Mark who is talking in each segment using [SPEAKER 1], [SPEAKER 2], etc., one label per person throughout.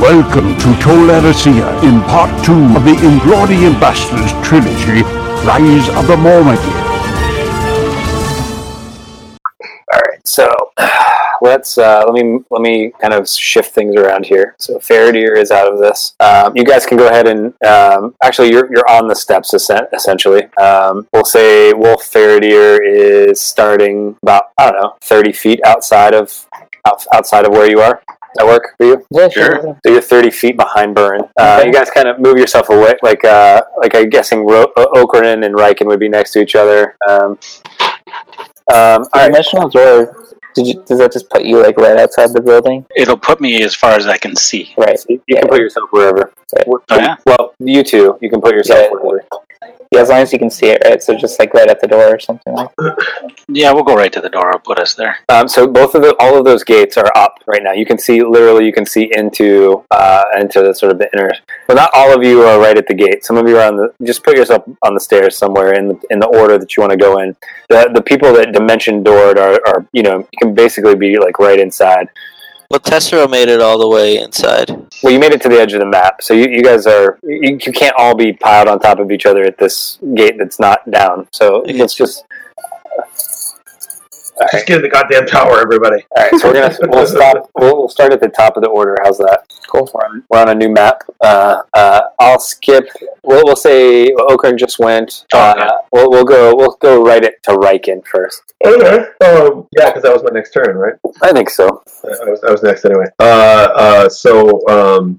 [SPEAKER 1] Welcome to Tolericea in part two of the Inglorious Bastards trilogy, Rise of the Mormagir.
[SPEAKER 2] All right, so let's uh, let me let me kind of shift things around here. So Faradir is out of this. Um, you guys can go ahead and um, actually you're you're on the steps essen- essentially. Um, we'll say Wolf Faradir is starting about I don't know thirty feet outside of out- outside of where you are. Does that work for you?
[SPEAKER 3] Yeah,
[SPEAKER 2] Sure. So you're 30 feet behind Burn. Uh, You guys kind of move yourself away, like uh, like I'm guessing Ro- O- Okrin and Riken would be next to each other. Um, um, all right.
[SPEAKER 3] Dimensional door. Did you, does that just put you like right outside the building?
[SPEAKER 4] It'll put me as far as I can see.
[SPEAKER 3] Right.
[SPEAKER 2] You you can put yourself wherever.
[SPEAKER 3] Right.
[SPEAKER 2] Where-
[SPEAKER 4] Oh, yeah?
[SPEAKER 2] Well, you two, you can put yourself
[SPEAKER 3] Yeah.
[SPEAKER 2] wherever.
[SPEAKER 3] Yeah, as long as you can see it, right? So just like right at the door or something. Like
[SPEAKER 4] Yeah, we'll go right to the door. I'll put us there.
[SPEAKER 2] Um, so both of the, all of those gates are up right now. You can see literally, you can see into uh, into the sort of the inner. Well, not all of you are right at the gate. Some of you are on the. Just put yourself on the stairs somewhere in the in the order that you want to go in. The the people that dimension doored are, are you know you can basically be like right inside.
[SPEAKER 5] Well, Tessero made it all the way inside.
[SPEAKER 2] Well, you made it to the edge of the map, so you, you guys are you, you can't all be piled on top of each other at this gate that's not down. So
[SPEAKER 5] Okay.
[SPEAKER 2] it's just
[SPEAKER 6] Just get in the goddamn tower, everybody.
[SPEAKER 2] All right, so we're gonna we'll stop. We'll, we'll start at the top of the order. How's that? Cool. We're on, we're on a new map. Uh, uh, I'll skip. We'll, we'll say Okran just went. Uh,
[SPEAKER 4] Okay.
[SPEAKER 2] we'll, we'll go. We'll go right it to Riken first.
[SPEAKER 6] Okay. Um, yeah, because that was my next turn, right?
[SPEAKER 2] I think so.
[SPEAKER 6] I was, I was next anyway. Uh, uh, so, um,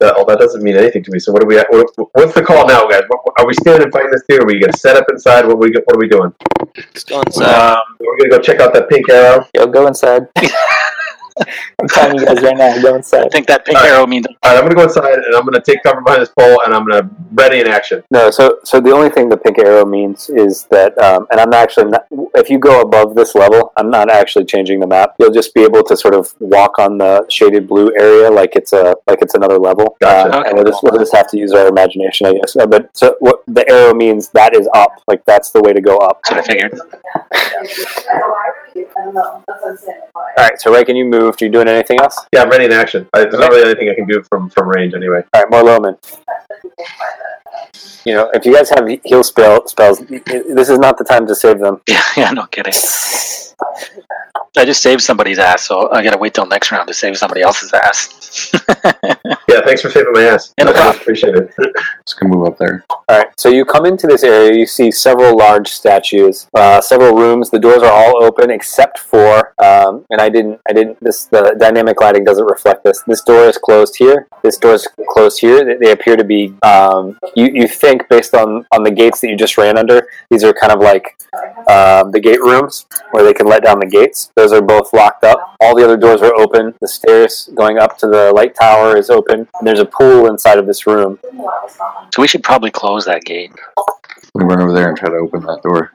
[SPEAKER 6] that, oh, that doesn't mean anything to me. So, what are we? At? What, what's the call now, guys? What, are we standing fighting this dude? Are we gonna set up inside? What are we? What are we doing?
[SPEAKER 5] Let's go inside.
[SPEAKER 6] Um, we're gonna go check out that pink arrow.
[SPEAKER 3] yo, go inside. I'm telling you guys right now, go
[SPEAKER 4] I
[SPEAKER 3] inside.
[SPEAKER 4] think that pink
[SPEAKER 6] All right.
[SPEAKER 4] arrow means
[SPEAKER 6] All right, I'm gonna go inside and I'm gonna take cover behind this pole and I'm gonna ready in action.
[SPEAKER 2] No. So so the only thing the pink arrow means is that, um, and I'm actually not. If you go above this level, I'm not actually changing the map. You'll just be able to sort of walk on the shaded blue area like it's a like it's another level.
[SPEAKER 6] Gotcha.
[SPEAKER 2] Uh, and we'll just, we'll just have to use our imagination, I guess. Uh, but so what the arrow means that is up. Like that's the way to go up.
[SPEAKER 4] that's what I figured.
[SPEAKER 2] All right, so Riken, you moved. Are you doing anything else?
[SPEAKER 6] Yeah, I'm ready in action. I, there's not really anything I can do from from range anyway.
[SPEAKER 2] All right, more Loman. You know, if you guys have heal spell spells, this is not the time to save them.
[SPEAKER 4] Yeah, yeah, no kidding. I just saved somebody's ass, so I gotta wait till next round to save somebody else's ass.
[SPEAKER 6] Yeah, thanks for saving my ass.
[SPEAKER 4] Yeah, no
[SPEAKER 6] I
[SPEAKER 4] problem.
[SPEAKER 6] appreciate it.
[SPEAKER 7] Just gonna move up there.
[SPEAKER 2] All right, so you come into this area. You see several large statues, uh, several rooms. The doors are all open except for, um, and I didn't, I didn't. This the dynamic lighting doesn't reflect this. This door is closed here. This door is closed here. They, they appear to be. Um, you you think based on on the gates that you just ran under, these are kind of like um, the gate rooms where they can let down the gates. Those are both locked up. All the other doors are open. The stairs going up to the light tower is open. And there's a pool inside of this room.
[SPEAKER 4] so we should probably close that gate.
[SPEAKER 7] I'm gonna run over there and try to open that door.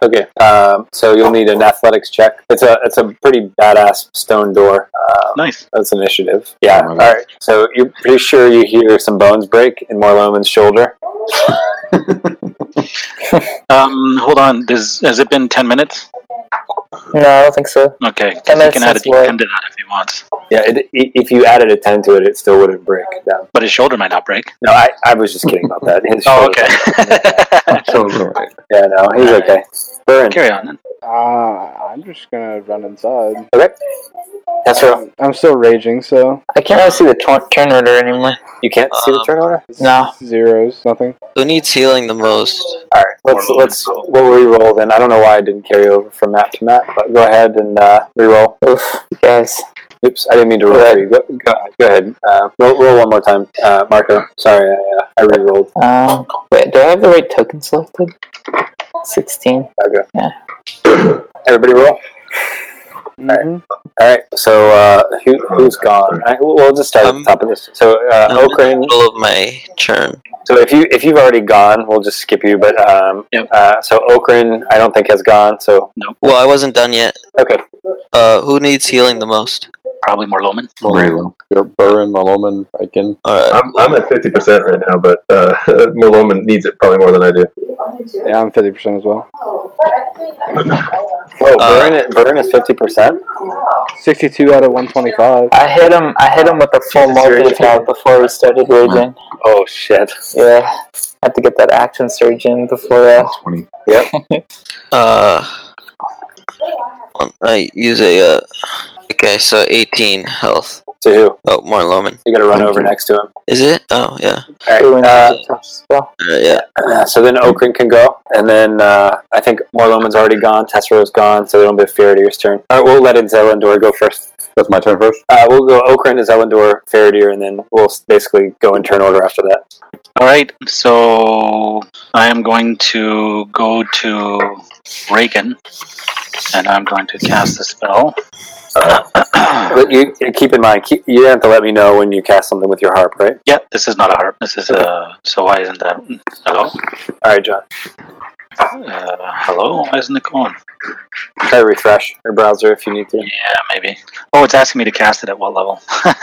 [SPEAKER 2] Okay, um, so you'll need an athletics check. It's a it's a pretty badass stone door. Um,
[SPEAKER 4] Nice.
[SPEAKER 2] That's initiative. Yeah.
[SPEAKER 7] Oh,
[SPEAKER 2] All
[SPEAKER 7] my God.
[SPEAKER 2] right. So you're pretty sure you hear some bones break in Morloman's shoulder.
[SPEAKER 4] Um, hold on. Does has it been ten minutes?
[SPEAKER 3] No, I don't think so. 10
[SPEAKER 4] Okay, because he
[SPEAKER 3] minutes
[SPEAKER 4] can add a
[SPEAKER 3] since what?
[SPEAKER 4] D10 to that if he wants,
[SPEAKER 2] Yeah. It, i if you added a ten to it, it still wouldn't break. No,
[SPEAKER 4] but his shoulder might not break.
[SPEAKER 2] no I, I was just kidding about that. His
[SPEAKER 4] Oh,
[SPEAKER 2] shoulder-
[SPEAKER 4] okay.
[SPEAKER 7] So it's all right.
[SPEAKER 2] yeah. No, he's okay. Burn.
[SPEAKER 4] Carry on. Then.
[SPEAKER 8] Uh, I'm just gonna run inside.
[SPEAKER 2] Okay. That's right.
[SPEAKER 8] I'm still raging, so
[SPEAKER 3] I can't really see the tor- turn order anymore.
[SPEAKER 2] You can't see the
[SPEAKER 5] Um,
[SPEAKER 2] turn order.
[SPEAKER 8] it's
[SPEAKER 3] No.
[SPEAKER 8] zeros, nothing.
[SPEAKER 5] Who needs healing the most?
[SPEAKER 2] All right. Let's
[SPEAKER 4] Morloman.
[SPEAKER 2] let's we'll re-roll then. I don't know why I didn't carry over from map to map, but go ahead and uh, re-roll.
[SPEAKER 3] Guys,
[SPEAKER 2] Oops, I didn't mean to roll for you. Go, go, go ahead. Uh, roll, roll one more time, uh, Marco. Sorry, I, uh, I re-rolled.
[SPEAKER 3] um, wait, do I have the right token selected? 16.
[SPEAKER 2] Okay.
[SPEAKER 3] Yeah.
[SPEAKER 2] Everybody roll.
[SPEAKER 8] Mhm.
[SPEAKER 2] All right. So uh, who, who's gone? I, we'll just start at the
[SPEAKER 5] Um,
[SPEAKER 2] top of this. So uh,
[SPEAKER 5] I'm in the
[SPEAKER 2] Okraine-
[SPEAKER 5] middle of my turn.
[SPEAKER 2] So if you if you've already gone, we'll just skip you. But um,
[SPEAKER 4] Yep.
[SPEAKER 2] uh, so Okrin, I don't think has gone. So
[SPEAKER 5] Well, I wasn't done yet.
[SPEAKER 2] okay,
[SPEAKER 5] Uh, who needs healing the most?
[SPEAKER 4] Probably more Loman.
[SPEAKER 7] Raylo.
[SPEAKER 9] You're Burin, Maloman, Aiken.
[SPEAKER 5] All right.
[SPEAKER 6] I'm, I'm at 50% right now, but uh, Maloman needs it probably more than I do.
[SPEAKER 8] Yeah, I'm fifty percent as well.
[SPEAKER 2] whoa,
[SPEAKER 5] Uh,
[SPEAKER 2] Vern, Vern is fifty percent.
[SPEAKER 8] Sixty-two out of one twenty-five.
[SPEAKER 3] I hit him. I hit him with a full
[SPEAKER 2] Jesus, you're
[SPEAKER 3] multi attack before we started raging.
[SPEAKER 2] Oh shit!
[SPEAKER 3] Yeah, had to get that action surge in before. Uh,
[SPEAKER 7] That's 20.
[SPEAKER 5] Uh, um, I use a. Uh, okay, so 18 health.
[SPEAKER 2] To who?
[SPEAKER 5] Oh, more Loman.
[SPEAKER 2] You got to run over next to him.
[SPEAKER 5] Is it? Oh, yeah.
[SPEAKER 2] All
[SPEAKER 3] doing
[SPEAKER 2] right.
[SPEAKER 3] the touch spell.
[SPEAKER 5] All right, yeah.
[SPEAKER 2] Uh, so then Okrin can go, and then uh, I think Morloman's already gone. Tessero's gone, so there'll be Faradir's turn. All right, we'll let in Zelindor go first.
[SPEAKER 9] That's my turn first.
[SPEAKER 2] Uh, we'll go Okrin, Zelindor, Faradir, and then we'll s- basically go in turn order after that.
[SPEAKER 4] All right, so I am going to go to Reagan, and I'm going to cast a spell.
[SPEAKER 2] But you keep in mind, keep, you have to let me know when you cast something with your harp, right?
[SPEAKER 4] yeah, this is not a harp. This is a. So why isn't that? Hello,
[SPEAKER 2] All right, John.
[SPEAKER 4] uh, hello. Why isn't it going?
[SPEAKER 2] Try to refresh your browser if you need to.
[SPEAKER 4] Yeah, maybe. Oh, it's asking me to cast it at what level?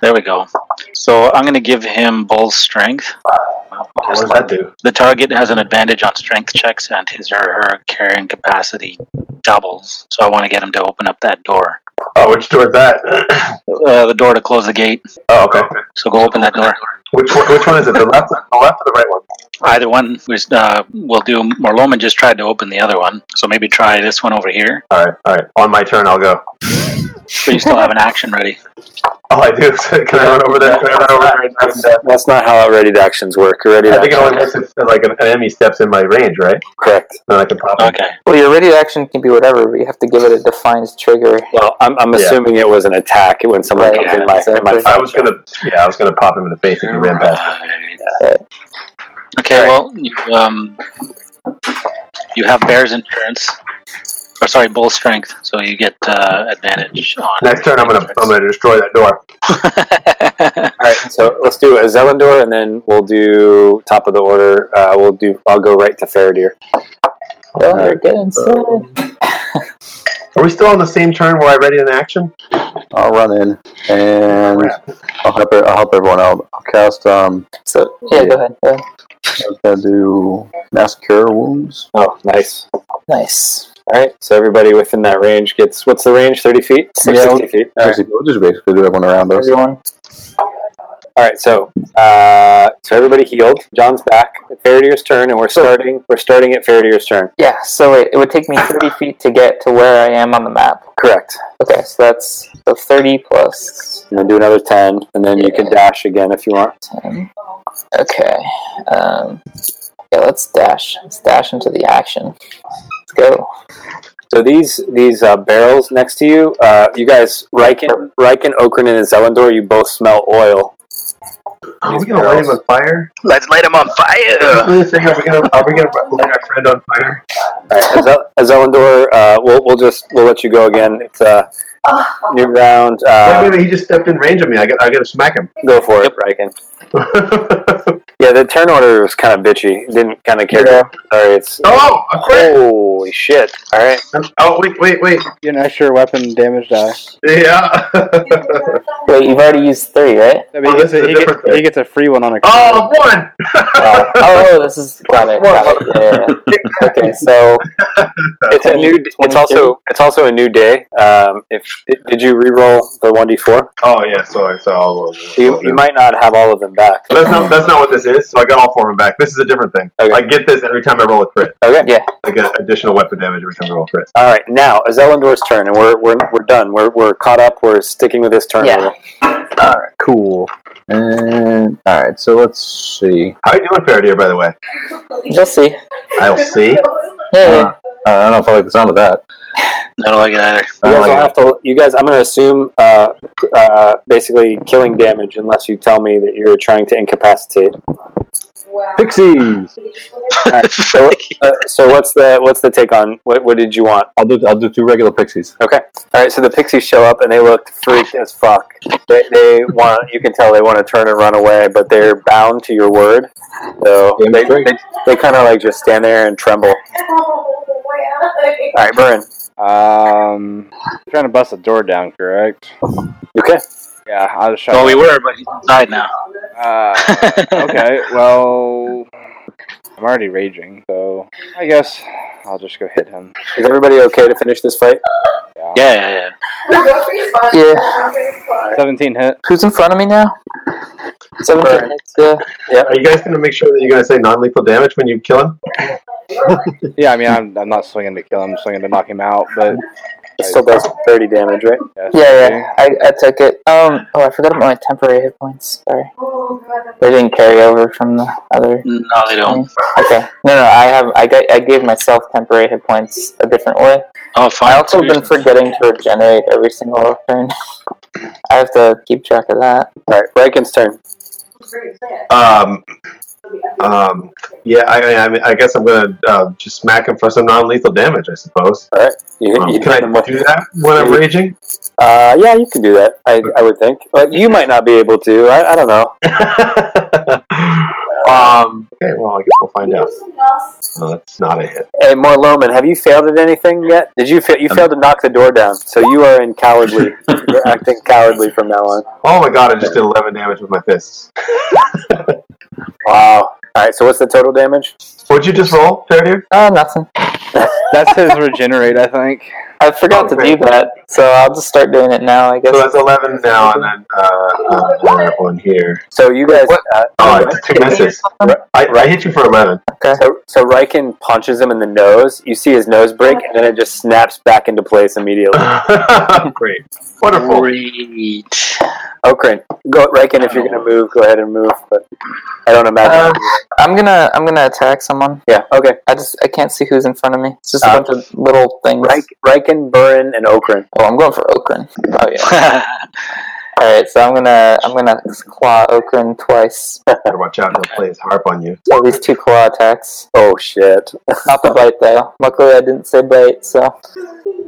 [SPEAKER 4] there we go. So I'm going to give him bull strength.
[SPEAKER 6] What does that do?
[SPEAKER 4] The target has an advantage on strength checks, and his or her carrying capacity doubles. So I want to get him to open up that door.
[SPEAKER 6] Oh, which door is that?
[SPEAKER 4] Uh, the door to close the gate.
[SPEAKER 6] oh, okay.
[SPEAKER 4] So go open that door.
[SPEAKER 6] Which one, which one is it? The left, the left or the right one?
[SPEAKER 4] Either one was, uh, will do. Morloman just tried to open the other one, so maybe try this one over here.
[SPEAKER 6] All right, all right. On my turn, I'll go.
[SPEAKER 4] But you still have an action ready.
[SPEAKER 6] All I do is can I run over there? Can I run over there? And, and, uh,
[SPEAKER 2] That's not how outrated actions work. You're ready to
[SPEAKER 6] I think it only works if like an enemy steps in my range, right?
[SPEAKER 2] correct.
[SPEAKER 6] Then I can pop. him.
[SPEAKER 4] Okay.
[SPEAKER 3] Well, your ready action can be whatever, but you have to give it a defined trigger.
[SPEAKER 2] Well, I'm, I'm
[SPEAKER 6] Yeah.
[SPEAKER 2] assuming it was an attack when someone
[SPEAKER 3] Right,
[SPEAKER 2] comes in my, in my
[SPEAKER 3] exactly.
[SPEAKER 6] I was gonna, yeah, I was gonna pop him in the face if he ran past.
[SPEAKER 4] Right. Uh, Okay. Well, you, um, you have bear's endurance, or sorry, bull strength, so you get uh, advantage on.
[SPEAKER 6] Next turn, I'm gonna, I'm gonna destroy that door.
[SPEAKER 2] All right, so let's do a Zelindor, and then we'll do top of the order. Uh, we'll do. I'll go right to Faradir.
[SPEAKER 3] Well, you're getting so.
[SPEAKER 6] Are we still on the same turn where I ready an action?
[SPEAKER 9] I'll run in and I'll help, e-, I'll help everyone out. I'll cast, um,
[SPEAKER 3] So yeah, go ahead. Yeah.
[SPEAKER 9] I was gonna do mass cure wounds.
[SPEAKER 2] Oh, nice.
[SPEAKER 3] Nice.
[SPEAKER 2] All right, so everybody within that range gets what's the range? Thirty feet,
[SPEAKER 9] Yeah.
[SPEAKER 2] sixty feet. All right.
[SPEAKER 9] Basically, We'll just basically do everyone around us.
[SPEAKER 3] Everyone.
[SPEAKER 2] All right, so uh, so everybody healed. John's back. Faradir's turn, and we're starting. We're starting at Faradir's turn.
[SPEAKER 3] Yeah. So wait, it would take me thirty feet to get to where I am on the map.
[SPEAKER 2] Correct.
[SPEAKER 3] Okay, so that's the thirty plus
[SPEAKER 2] And then do another ten, and then you can dash again if you want.
[SPEAKER 3] ten. Okay. Um, yeah, let's dash. Let's dash into the action. Let's go.
[SPEAKER 2] So these these uh, barrels next to you, uh, you guys, Riken, Riken, Okran, and Zelindor, you both smell oil.
[SPEAKER 6] Are we gonna light him on fire?
[SPEAKER 4] Let's light him on
[SPEAKER 6] Are
[SPEAKER 4] fire.
[SPEAKER 6] we gonna, are we gonna light our friend on fire?
[SPEAKER 2] All right, Zel- Zelindor, uh, we'll we'll just we'll let you go again. It's uh, new round.
[SPEAKER 6] Wait,
[SPEAKER 2] Uh,
[SPEAKER 6] wait, wait, he just stepped in range of me. I got, I gotta smack him.
[SPEAKER 2] go for it, Riken.
[SPEAKER 4] Oh,
[SPEAKER 2] Yeah, the turn order was kind of bitchy. Didn't kind of care. Sorry, it's
[SPEAKER 6] oh, a crit!
[SPEAKER 2] holy shit. All right,
[SPEAKER 6] Oh, wait, wait, wait.
[SPEAKER 8] Get an extra weapon damage die.
[SPEAKER 6] Yeah.
[SPEAKER 3] Wait, you've already used three, right?
[SPEAKER 8] I
[SPEAKER 6] Oh,
[SPEAKER 8] mean, he, gets
[SPEAKER 6] this is
[SPEAKER 8] a,
[SPEAKER 6] a
[SPEAKER 8] he, get-
[SPEAKER 6] different thing.
[SPEAKER 8] he gets a free one on a.
[SPEAKER 6] oh, one.
[SPEAKER 3] Wow. oh, this is got it. Got it. Yeah, yeah, yeah. Okay, so
[SPEAKER 2] it's a new. It's also it's also a new day. Um, if did, did you re-roll the one d four?
[SPEAKER 6] oh yeah, sorry, so I'll,
[SPEAKER 2] You you might not have all of them back.
[SPEAKER 6] That's not that's not what this is. So I got all four of them back. This is a different thing.
[SPEAKER 2] Okay.
[SPEAKER 6] I get this every time I roll a crit.
[SPEAKER 2] Okay.
[SPEAKER 3] yeah,
[SPEAKER 6] I get additional weapon damage every time I roll a crit.
[SPEAKER 2] All right, now it's Elendor's turn, and we're we're, we're done. We're, we're caught up. We're sticking with this turn.
[SPEAKER 3] Yeah.
[SPEAKER 2] order.
[SPEAKER 9] Cool. And alright, so let's see.
[SPEAKER 6] How are you doing, Faradir? By the way,
[SPEAKER 3] you'll see.
[SPEAKER 6] I'll see.
[SPEAKER 3] Yeah, yeah.
[SPEAKER 9] Uh, I don't know if I like the sound of that.
[SPEAKER 4] Not like it either.
[SPEAKER 9] I
[SPEAKER 2] You
[SPEAKER 9] don't
[SPEAKER 2] guys will
[SPEAKER 9] like
[SPEAKER 2] have to. You guys, I'm going to assume uh, uh, basically killing damage, unless you tell me that you're trying to incapacitate.
[SPEAKER 9] Pixies.
[SPEAKER 2] So, uh, so what's the what's the take on what what did you want?
[SPEAKER 9] I'll do. I'll do two regular pixies.
[SPEAKER 2] Okay. All right. So the pixies show up and they look freaked as fuck. They, they want you can tell they want to turn and run away, but they're bound to your word. So
[SPEAKER 9] Damn
[SPEAKER 2] they
[SPEAKER 9] straight.
[SPEAKER 2] they, they kind of like just stand there and tremble. All right, Burn.
[SPEAKER 8] Um, trying to bust the door down, correct?
[SPEAKER 2] Okay.
[SPEAKER 8] Yeah, I'll just shut.
[SPEAKER 4] Well, we were, but he's inside now.
[SPEAKER 8] Uh, okay. Well, I'm already raging, so I guess I'll just go hit him.
[SPEAKER 2] Is everybody okay to finish this fight?
[SPEAKER 8] Yeah.
[SPEAKER 4] Yeah, yeah, yeah.
[SPEAKER 3] Yeah.
[SPEAKER 8] Seventeen hit.
[SPEAKER 3] Who's in front of me now? Seventeen. hits, Yeah.
[SPEAKER 6] Are you guys going to make sure that you're going to say non-lethal damage when you kill him?
[SPEAKER 8] Yeah, I mean, I'm, I'm not swinging to kill him. I'm swinging to knock him out, but
[SPEAKER 2] It still does thirty damage, right?
[SPEAKER 8] yeah,
[SPEAKER 3] Yeah, yeah. I, I took it. Um. Oh, I forgot about my temporary hit points. Sorry, they didn't carry over from the other.
[SPEAKER 4] No, they don't.
[SPEAKER 3] Okay. No, no. I have. I got. I gave myself temporary hit points a different way.
[SPEAKER 4] Oh, fine.
[SPEAKER 3] I also have been forgetting to regenerate every single turn. I have to keep track of that.
[SPEAKER 2] All right, Braiken's turn.
[SPEAKER 6] Um, um, yeah, I, I- I, mean, I guess I'm going to uh, just smack him for some non-lethal damage, I suppose.
[SPEAKER 2] You,
[SPEAKER 6] Um,
[SPEAKER 2] you
[SPEAKER 6] can I
[SPEAKER 2] hit him with-
[SPEAKER 6] do that when I'm raging?
[SPEAKER 2] Uh, yeah, you can do that. I, I would think, but you might not be able to. I, I don't know.
[SPEAKER 6] um, Uh, okay, well, I guess we'll find out. No, that's not a hit.
[SPEAKER 2] Hey, Morloman, have you failed at anything yet? Did you fail? You
[SPEAKER 6] Um,
[SPEAKER 2] failed to knock the door down, so you are in cowardly. You're acting cowardly from now on.
[SPEAKER 6] Oh my god, I just did 11 damage with my fists.
[SPEAKER 2] Wow. All right. So what's the total damage?
[SPEAKER 6] What'd you just roll, Fairdeer?
[SPEAKER 3] Oh, nothing.
[SPEAKER 8] that's his regenerate, I think.
[SPEAKER 3] I forgot to do that, so I'll just start doing it now. I guess.
[SPEAKER 6] So that's 11 now, and then uh, uh, another one here.
[SPEAKER 2] So you guys. Uh,
[SPEAKER 6] Oh, it's two misses. I, I hit you for 11.
[SPEAKER 2] so so Riken punches him in the nose. You see his nose break, and then it just snaps back into place immediately.
[SPEAKER 6] Great. Wonderful.
[SPEAKER 4] Great.
[SPEAKER 2] Okrin, Oh, go Riken. If you're gonna move, go ahead and move. But I don't
[SPEAKER 3] Uh,
[SPEAKER 2] imagine.
[SPEAKER 3] I'm gonna. I'm gonna attack someone.
[SPEAKER 2] yeah. Okay.
[SPEAKER 3] I just. I can't see who's in front of me. It's just
[SPEAKER 2] Uh,
[SPEAKER 3] a bunch of little things.
[SPEAKER 2] Rik- Riken, Burin, and Okrin.
[SPEAKER 3] Oh, I'm going for Okran. Oh yeah. All right, so I'm gonna I'm gonna claw Okran twice.
[SPEAKER 6] Better watch out, he'll play his harp on you.
[SPEAKER 3] So these two claw attacks.
[SPEAKER 2] Oh shit.
[SPEAKER 3] Not the bite though. Luckily, I didn't say bite, so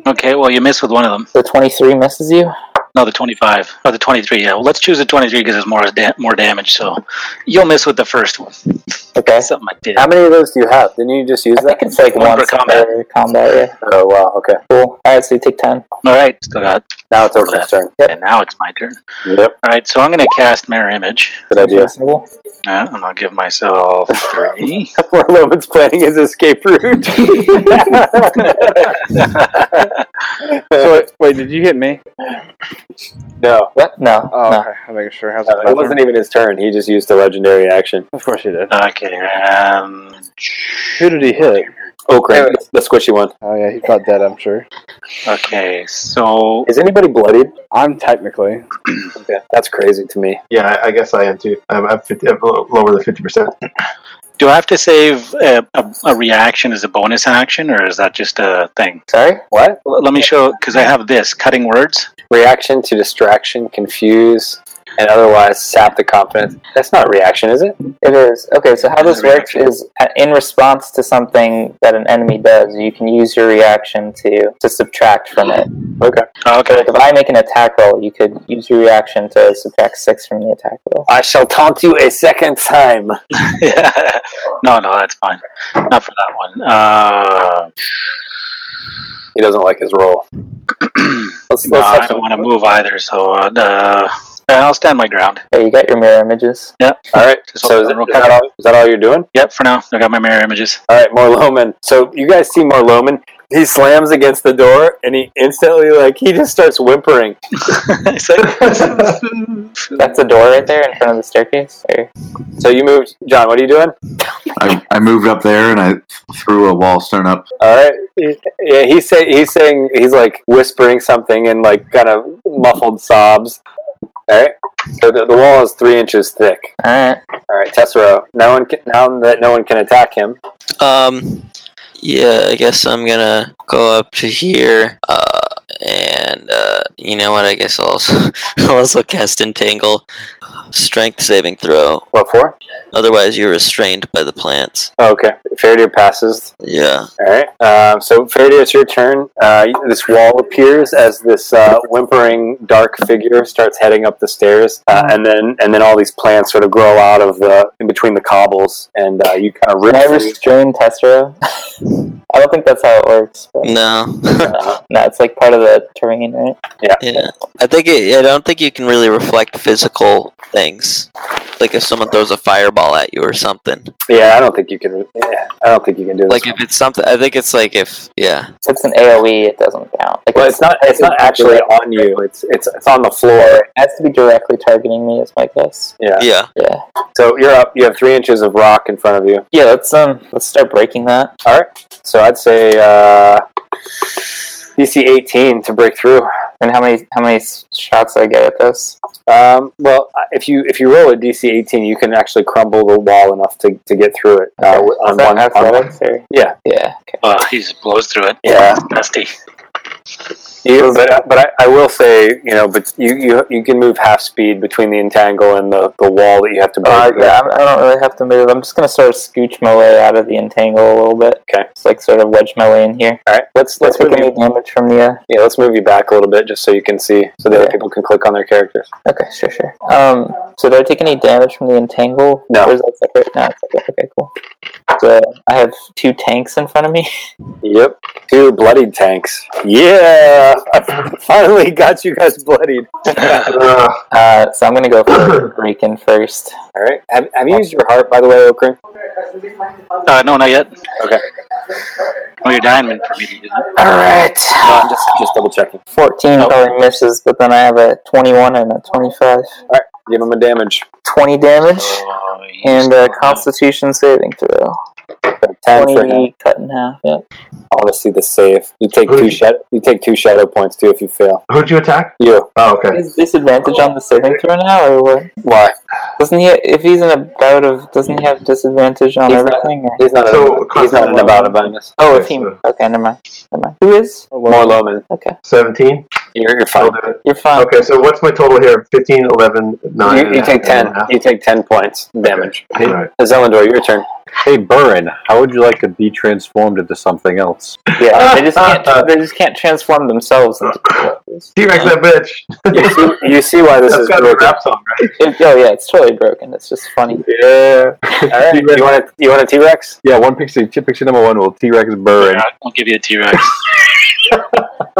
[SPEAKER 4] Okay, well, you missed with one of them.
[SPEAKER 3] the 23 misses you.
[SPEAKER 4] No, the 25. Or the 23, yeah. Well, let's choose the 23 because it's more, da- more damage, so you'll miss with the first one.
[SPEAKER 3] Okay.
[SPEAKER 4] That's something I did.
[SPEAKER 2] How many of those do you have? Didn't you just use
[SPEAKER 3] I think
[SPEAKER 2] that?
[SPEAKER 3] it's like
[SPEAKER 4] One
[SPEAKER 3] one
[SPEAKER 4] per
[SPEAKER 3] per
[SPEAKER 4] combat.
[SPEAKER 3] combat. Yeah.
[SPEAKER 2] Oh wow. Okay.
[SPEAKER 3] Cool. All right, so you take 10.
[SPEAKER 4] All right, still got.
[SPEAKER 2] Now it's Okrin's turn.
[SPEAKER 4] And now it's my turn.
[SPEAKER 2] Yep.
[SPEAKER 4] All right, so I'm going to cast Mirror Image.
[SPEAKER 2] Good idea.
[SPEAKER 3] Reasonable.
[SPEAKER 4] Uh, I'm going to give myself three.
[SPEAKER 2] Morloman's planning his escape route.
[SPEAKER 8] So wait, wait, did you hit me?
[SPEAKER 2] no,
[SPEAKER 3] What? No.
[SPEAKER 8] Oh,
[SPEAKER 3] no.
[SPEAKER 8] okay. I'm making sure. How's
[SPEAKER 2] no, it
[SPEAKER 8] that?
[SPEAKER 2] wasn't even his turn. He just used a legendary action.
[SPEAKER 8] Of course you did.
[SPEAKER 4] okay, um,
[SPEAKER 8] Who did he hit?
[SPEAKER 2] Okrin, the squishy one.
[SPEAKER 8] Oh yeah, he's not dead. I'm sure.
[SPEAKER 4] okay, so
[SPEAKER 2] Is anybody bloodied?
[SPEAKER 8] I'm technically.
[SPEAKER 2] Okay, that's crazy to me.
[SPEAKER 6] Yeah, I, I guess I am too. I'm, I'm, 50, I'm lo- lower than 50%.
[SPEAKER 4] do I have to save a, a, a reaction as a bonus action, or is that just a thing?
[SPEAKER 3] Sorry.
[SPEAKER 2] What?
[SPEAKER 4] L- Let me show, because I have this cutting words.
[SPEAKER 2] Reaction to distraction, confuse, and otherwise sap the confidence. That's not reaction, is it?
[SPEAKER 3] It is. Okay, so how this works is uh, in response to something that an enemy does, you can use your reaction to, to subtract from it.
[SPEAKER 2] Okay.
[SPEAKER 4] Oh, Okay.
[SPEAKER 3] Like if I make an attack roll, you could use your reaction to subtract six from the attack roll.
[SPEAKER 2] I shall taunt you a second time.
[SPEAKER 4] no, no, that's fine. Not for that one. Uh,
[SPEAKER 2] He doesn't like his roll.
[SPEAKER 3] Let's,
[SPEAKER 4] no,
[SPEAKER 3] let's
[SPEAKER 4] I don't want to move either, so uh, uh, I'll stand my ground.
[SPEAKER 3] Hey, you got your mirror images.
[SPEAKER 2] All right.
[SPEAKER 4] Just
[SPEAKER 2] So is,
[SPEAKER 4] hold on real
[SPEAKER 2] is that
[SPEAKER 4] quick.
[SPEAKER 2] all, is that all you're doing?
[SPEAKER 4] Yep, for now. I got my mirror images.
[SPEAKER 2] All right, Morloman. So you guys see Morloman. He slams against the door and he instantly, like, he just starts whimpering.
[SPEAKER 4] It's like-
[SPEAKER 3] That's the door right there in front of the staircase. Or,
[SPEAKER 2] So you moved, John. What are you doing?
[SPEAKER 7] I, I moved up there and I threw a wall stone up.
[SPEAKER 2] All right. Yeah, he's say, he's saying he's like whispering something and like kind of muffled sobs. All right. So the, the wall is three inches thick.
[SPEAKER 3] all right.
[SPEAKER 2] All right, Tessero. No one can, now that no one can attack him.
[SPEAKER 5] Um, yeah, I guess I'm gonna go up to here. Uh, and uh, you know what? I guess I'll also, I'll also cast Entangle strength saving throw.
[SPEAKER 2] What for?
[SPEAKER 5] Otherwise, you're restrained by the plants.
[SPEAKER 2] Oh, okay. Faraday passes.
[SPEAKER 5] Yeah.
[SPEAKER 2] All right. Um, so Faraday, it's your turn. Uh, this wall appears as this uh, whimpering dark figure starts heading up the stairs, uh,
[SPEAKER 5] Mm-hmm.
[SPEAKER 2] and then and then all these plants sort of grow out of the in between the cobbles, and uh, you kind of rip.
[SPEAKER 3] Can I
[SPEAKER 2] through-
[SPEAKER 3] restrain Tessero? I don't think that's how it works. But,
[SPEAKER 5] No.
[SPEAKER 2] Uh-huh.
[SPEAKER 3] no, no, it's like part of the terrain, right?
[SPEAKER 5] yeah. I think it, I don't think you can really reflect physical things. Like if someone throws a fireball at you or something.
[SPEAKER 2] yeah, I don't think you can. Yeah, I don't think you can do this.
[SPEAKER 5] Like if it's something, I think it's like if yeah.
[SPEAKER 3] If it's an AOE, it doesn't count. Like
[SPEAKER 2] well, it's not. It's not actually on you. It's it's it's on the floor.
[SPEAKER 3] it has to be directly targeting me, is my guess.
[SPEAKER 2] Yeah.
[SPEAKER 5] Yeah.
[SPEAKER 3] Yeah.
[SPEAKER 2] So you're up. You have three inches of rock in front of you.
[SPEAKER 3] Yeah, let's um let's start breaking that.
[SPEAKER 2] All right. So I'd say uh, DC 18 to break through.
[SPEAKER 3] And how many how many s- shots I get at this?
[SPEAKER 2] Um, well, if you if you roll a DC 18, you can actually crumble the wall enough to, to get through it uh,
[SPEAKER 3] Okay.
[SPEAKER 2] on
[SPEAKER 3] Is that
[SPEAKER 2] one. On one.
[SPEAKER 3] athletics or-
[SPEAKER 2] Yeah,
[SPEAKER 3] Yeah. Okay.
[SPEAKER 4] Uh, he just blows through it.
[SPEAKER 2] yeah.
[SPEAKER 4] Nasty.
[SPEAKER 2] You, but but I, I will say, you know, but you, you you can move half speed between the entangle and the, the wall that you have to break.
[SPEAKER 3] Uh,
[SPEAKER 2] through.
[SPEAKER 3] yeah, I'm, I don't really have to move. I'm just gonna sort of scooch my way out of the entangle a little bit.
[SPEAKER 2] Okay.
[SPEAKER 3] Just like sort of wedge my way in here.
[SPEAKER 2] All right. Let's let's
[SPEAKER 3] Let's take
[SPEAKER 2] move
[SPEAKER 3] any
[SPEAKER 2] you,
[SPEAKER 3] damage from the. Uh,
[SPEAKER 2] yeah, let's move you back a little bit just so you can see, so the other
[SPEAKER 3] Yeah.
[SPEAKER 2] people can click on their characters.
[SPEAKER 3] Okay, sure, sure. Um, so do I take any damage from the entangle?
[SPEAKER 2] No.
[SPEAKER 3] Or is that separate? No, it's separate. Okay, cool. So I have two tanks in front of me.
[SPEAKER 2] Yep. Two bloodied tanks. Yeah. I finally got you guys bloodied.
[SPEAKER 6] Uh,
[SPEAKER 3] Uh, so I'm gonna go for Raken first.
[SPEAKER 2] All right. Have, have you used your heart, by the way, Okrin?
[SPEAKER 4] Uh, no, not yet.
[SPEAKER 2] Okay.
[SPEAKER 4] Oh, you're dying for me to use it.
[SPEAKER 3] All right.
[SPEAKER 2] No, I'm just, just double checking. Oh.
[SPEAKER 3] 14 probably misses, but then I have a 21 and a 25.
[SPEAKER 2] Give him a damage.
[SPEAKER 3] 20 damage
[SPEAKER 4] Oh, you
[SPEAKER 3] and uh, a
[SPEAKER 4] still have-
[SPEAKER 3] Constitution saving throw.
[SPEAKER 2] Ten for him.
[SPEAKER 3] 20 cut in half. Yep.
[SPEAKER 2] I want to see the save. You take two shadow. You take two shadow points too if you fail.
[SPEAKER 6] who'd you attack?
[SPEAKER 2] You.
[SPEAKER 6] Oh, okay.
[SPEAKER 3] Is disadvantage on the saving throw now, or what?
[SPEAKER 2] Why?
[SPEAKER 3] Doesn't he? If he's in a bout of, doesn't he have disadvantage on
[SPEAKER 2] He's not-
[SPEAKER 3] everything? Or?
[SPEAKER 2] He's not.
[SPEAKER 6] So,
[SPEAKER 2] a, he's not an about a bonus.
[SPEAKER 3] Oh, a
[SPEAKER 6] Okay,
[SPEAKER 3] team.
[SPEAKER 6] so-
[SPEAKER 3] Okay, never mind. Never mind. Who is?
[SPEAKER 8] Oh,
[SPEAKER 2] More Loman.
[SPEAKER 3] Okay,
[SPEAKER 6] 17?
[SPEAKER 2] You're, you're fine.
[SPEAKER 6] I'll do it.
[SPEAKER 3] you're fine.
[SPEAKER 6] Okay, so what's my total here? 15, 11,
[SPEAKER 9] Oh,
[SPEAKER 6] 9.
[SPEAKER 2] You, you take ten. You take ten points damage. Zelindor, your turn.
[SPEAKER 9] Hey, Burin, how would you like to be transformed into something else?
[SPEAKER 3] Yeah, they just can't. They just can't transform themselves. Into
[SPEAKER 6] T Rex that bitch.
[SPEAKER 2] You see, you see why this
[SPEAKER 6] That's
[SPEAKER 2] is
[SPEAKER 6] got to be a
[SPEAKER 2] broken.
[SPEAKER 6] rap song, right?
[SPEAKER 3] It- oh yeah, it's totally broken. It's just funny.
[SPEAKER 9] Yeah.
[SPEAKER 2] All right. You want a, you want a T Rex?
[SPEAKER 9] Yeah, one pixie, t- pixie number one will T Rex Burin.
[SPEAKER 4] Yeah, I'll give you a T Rex.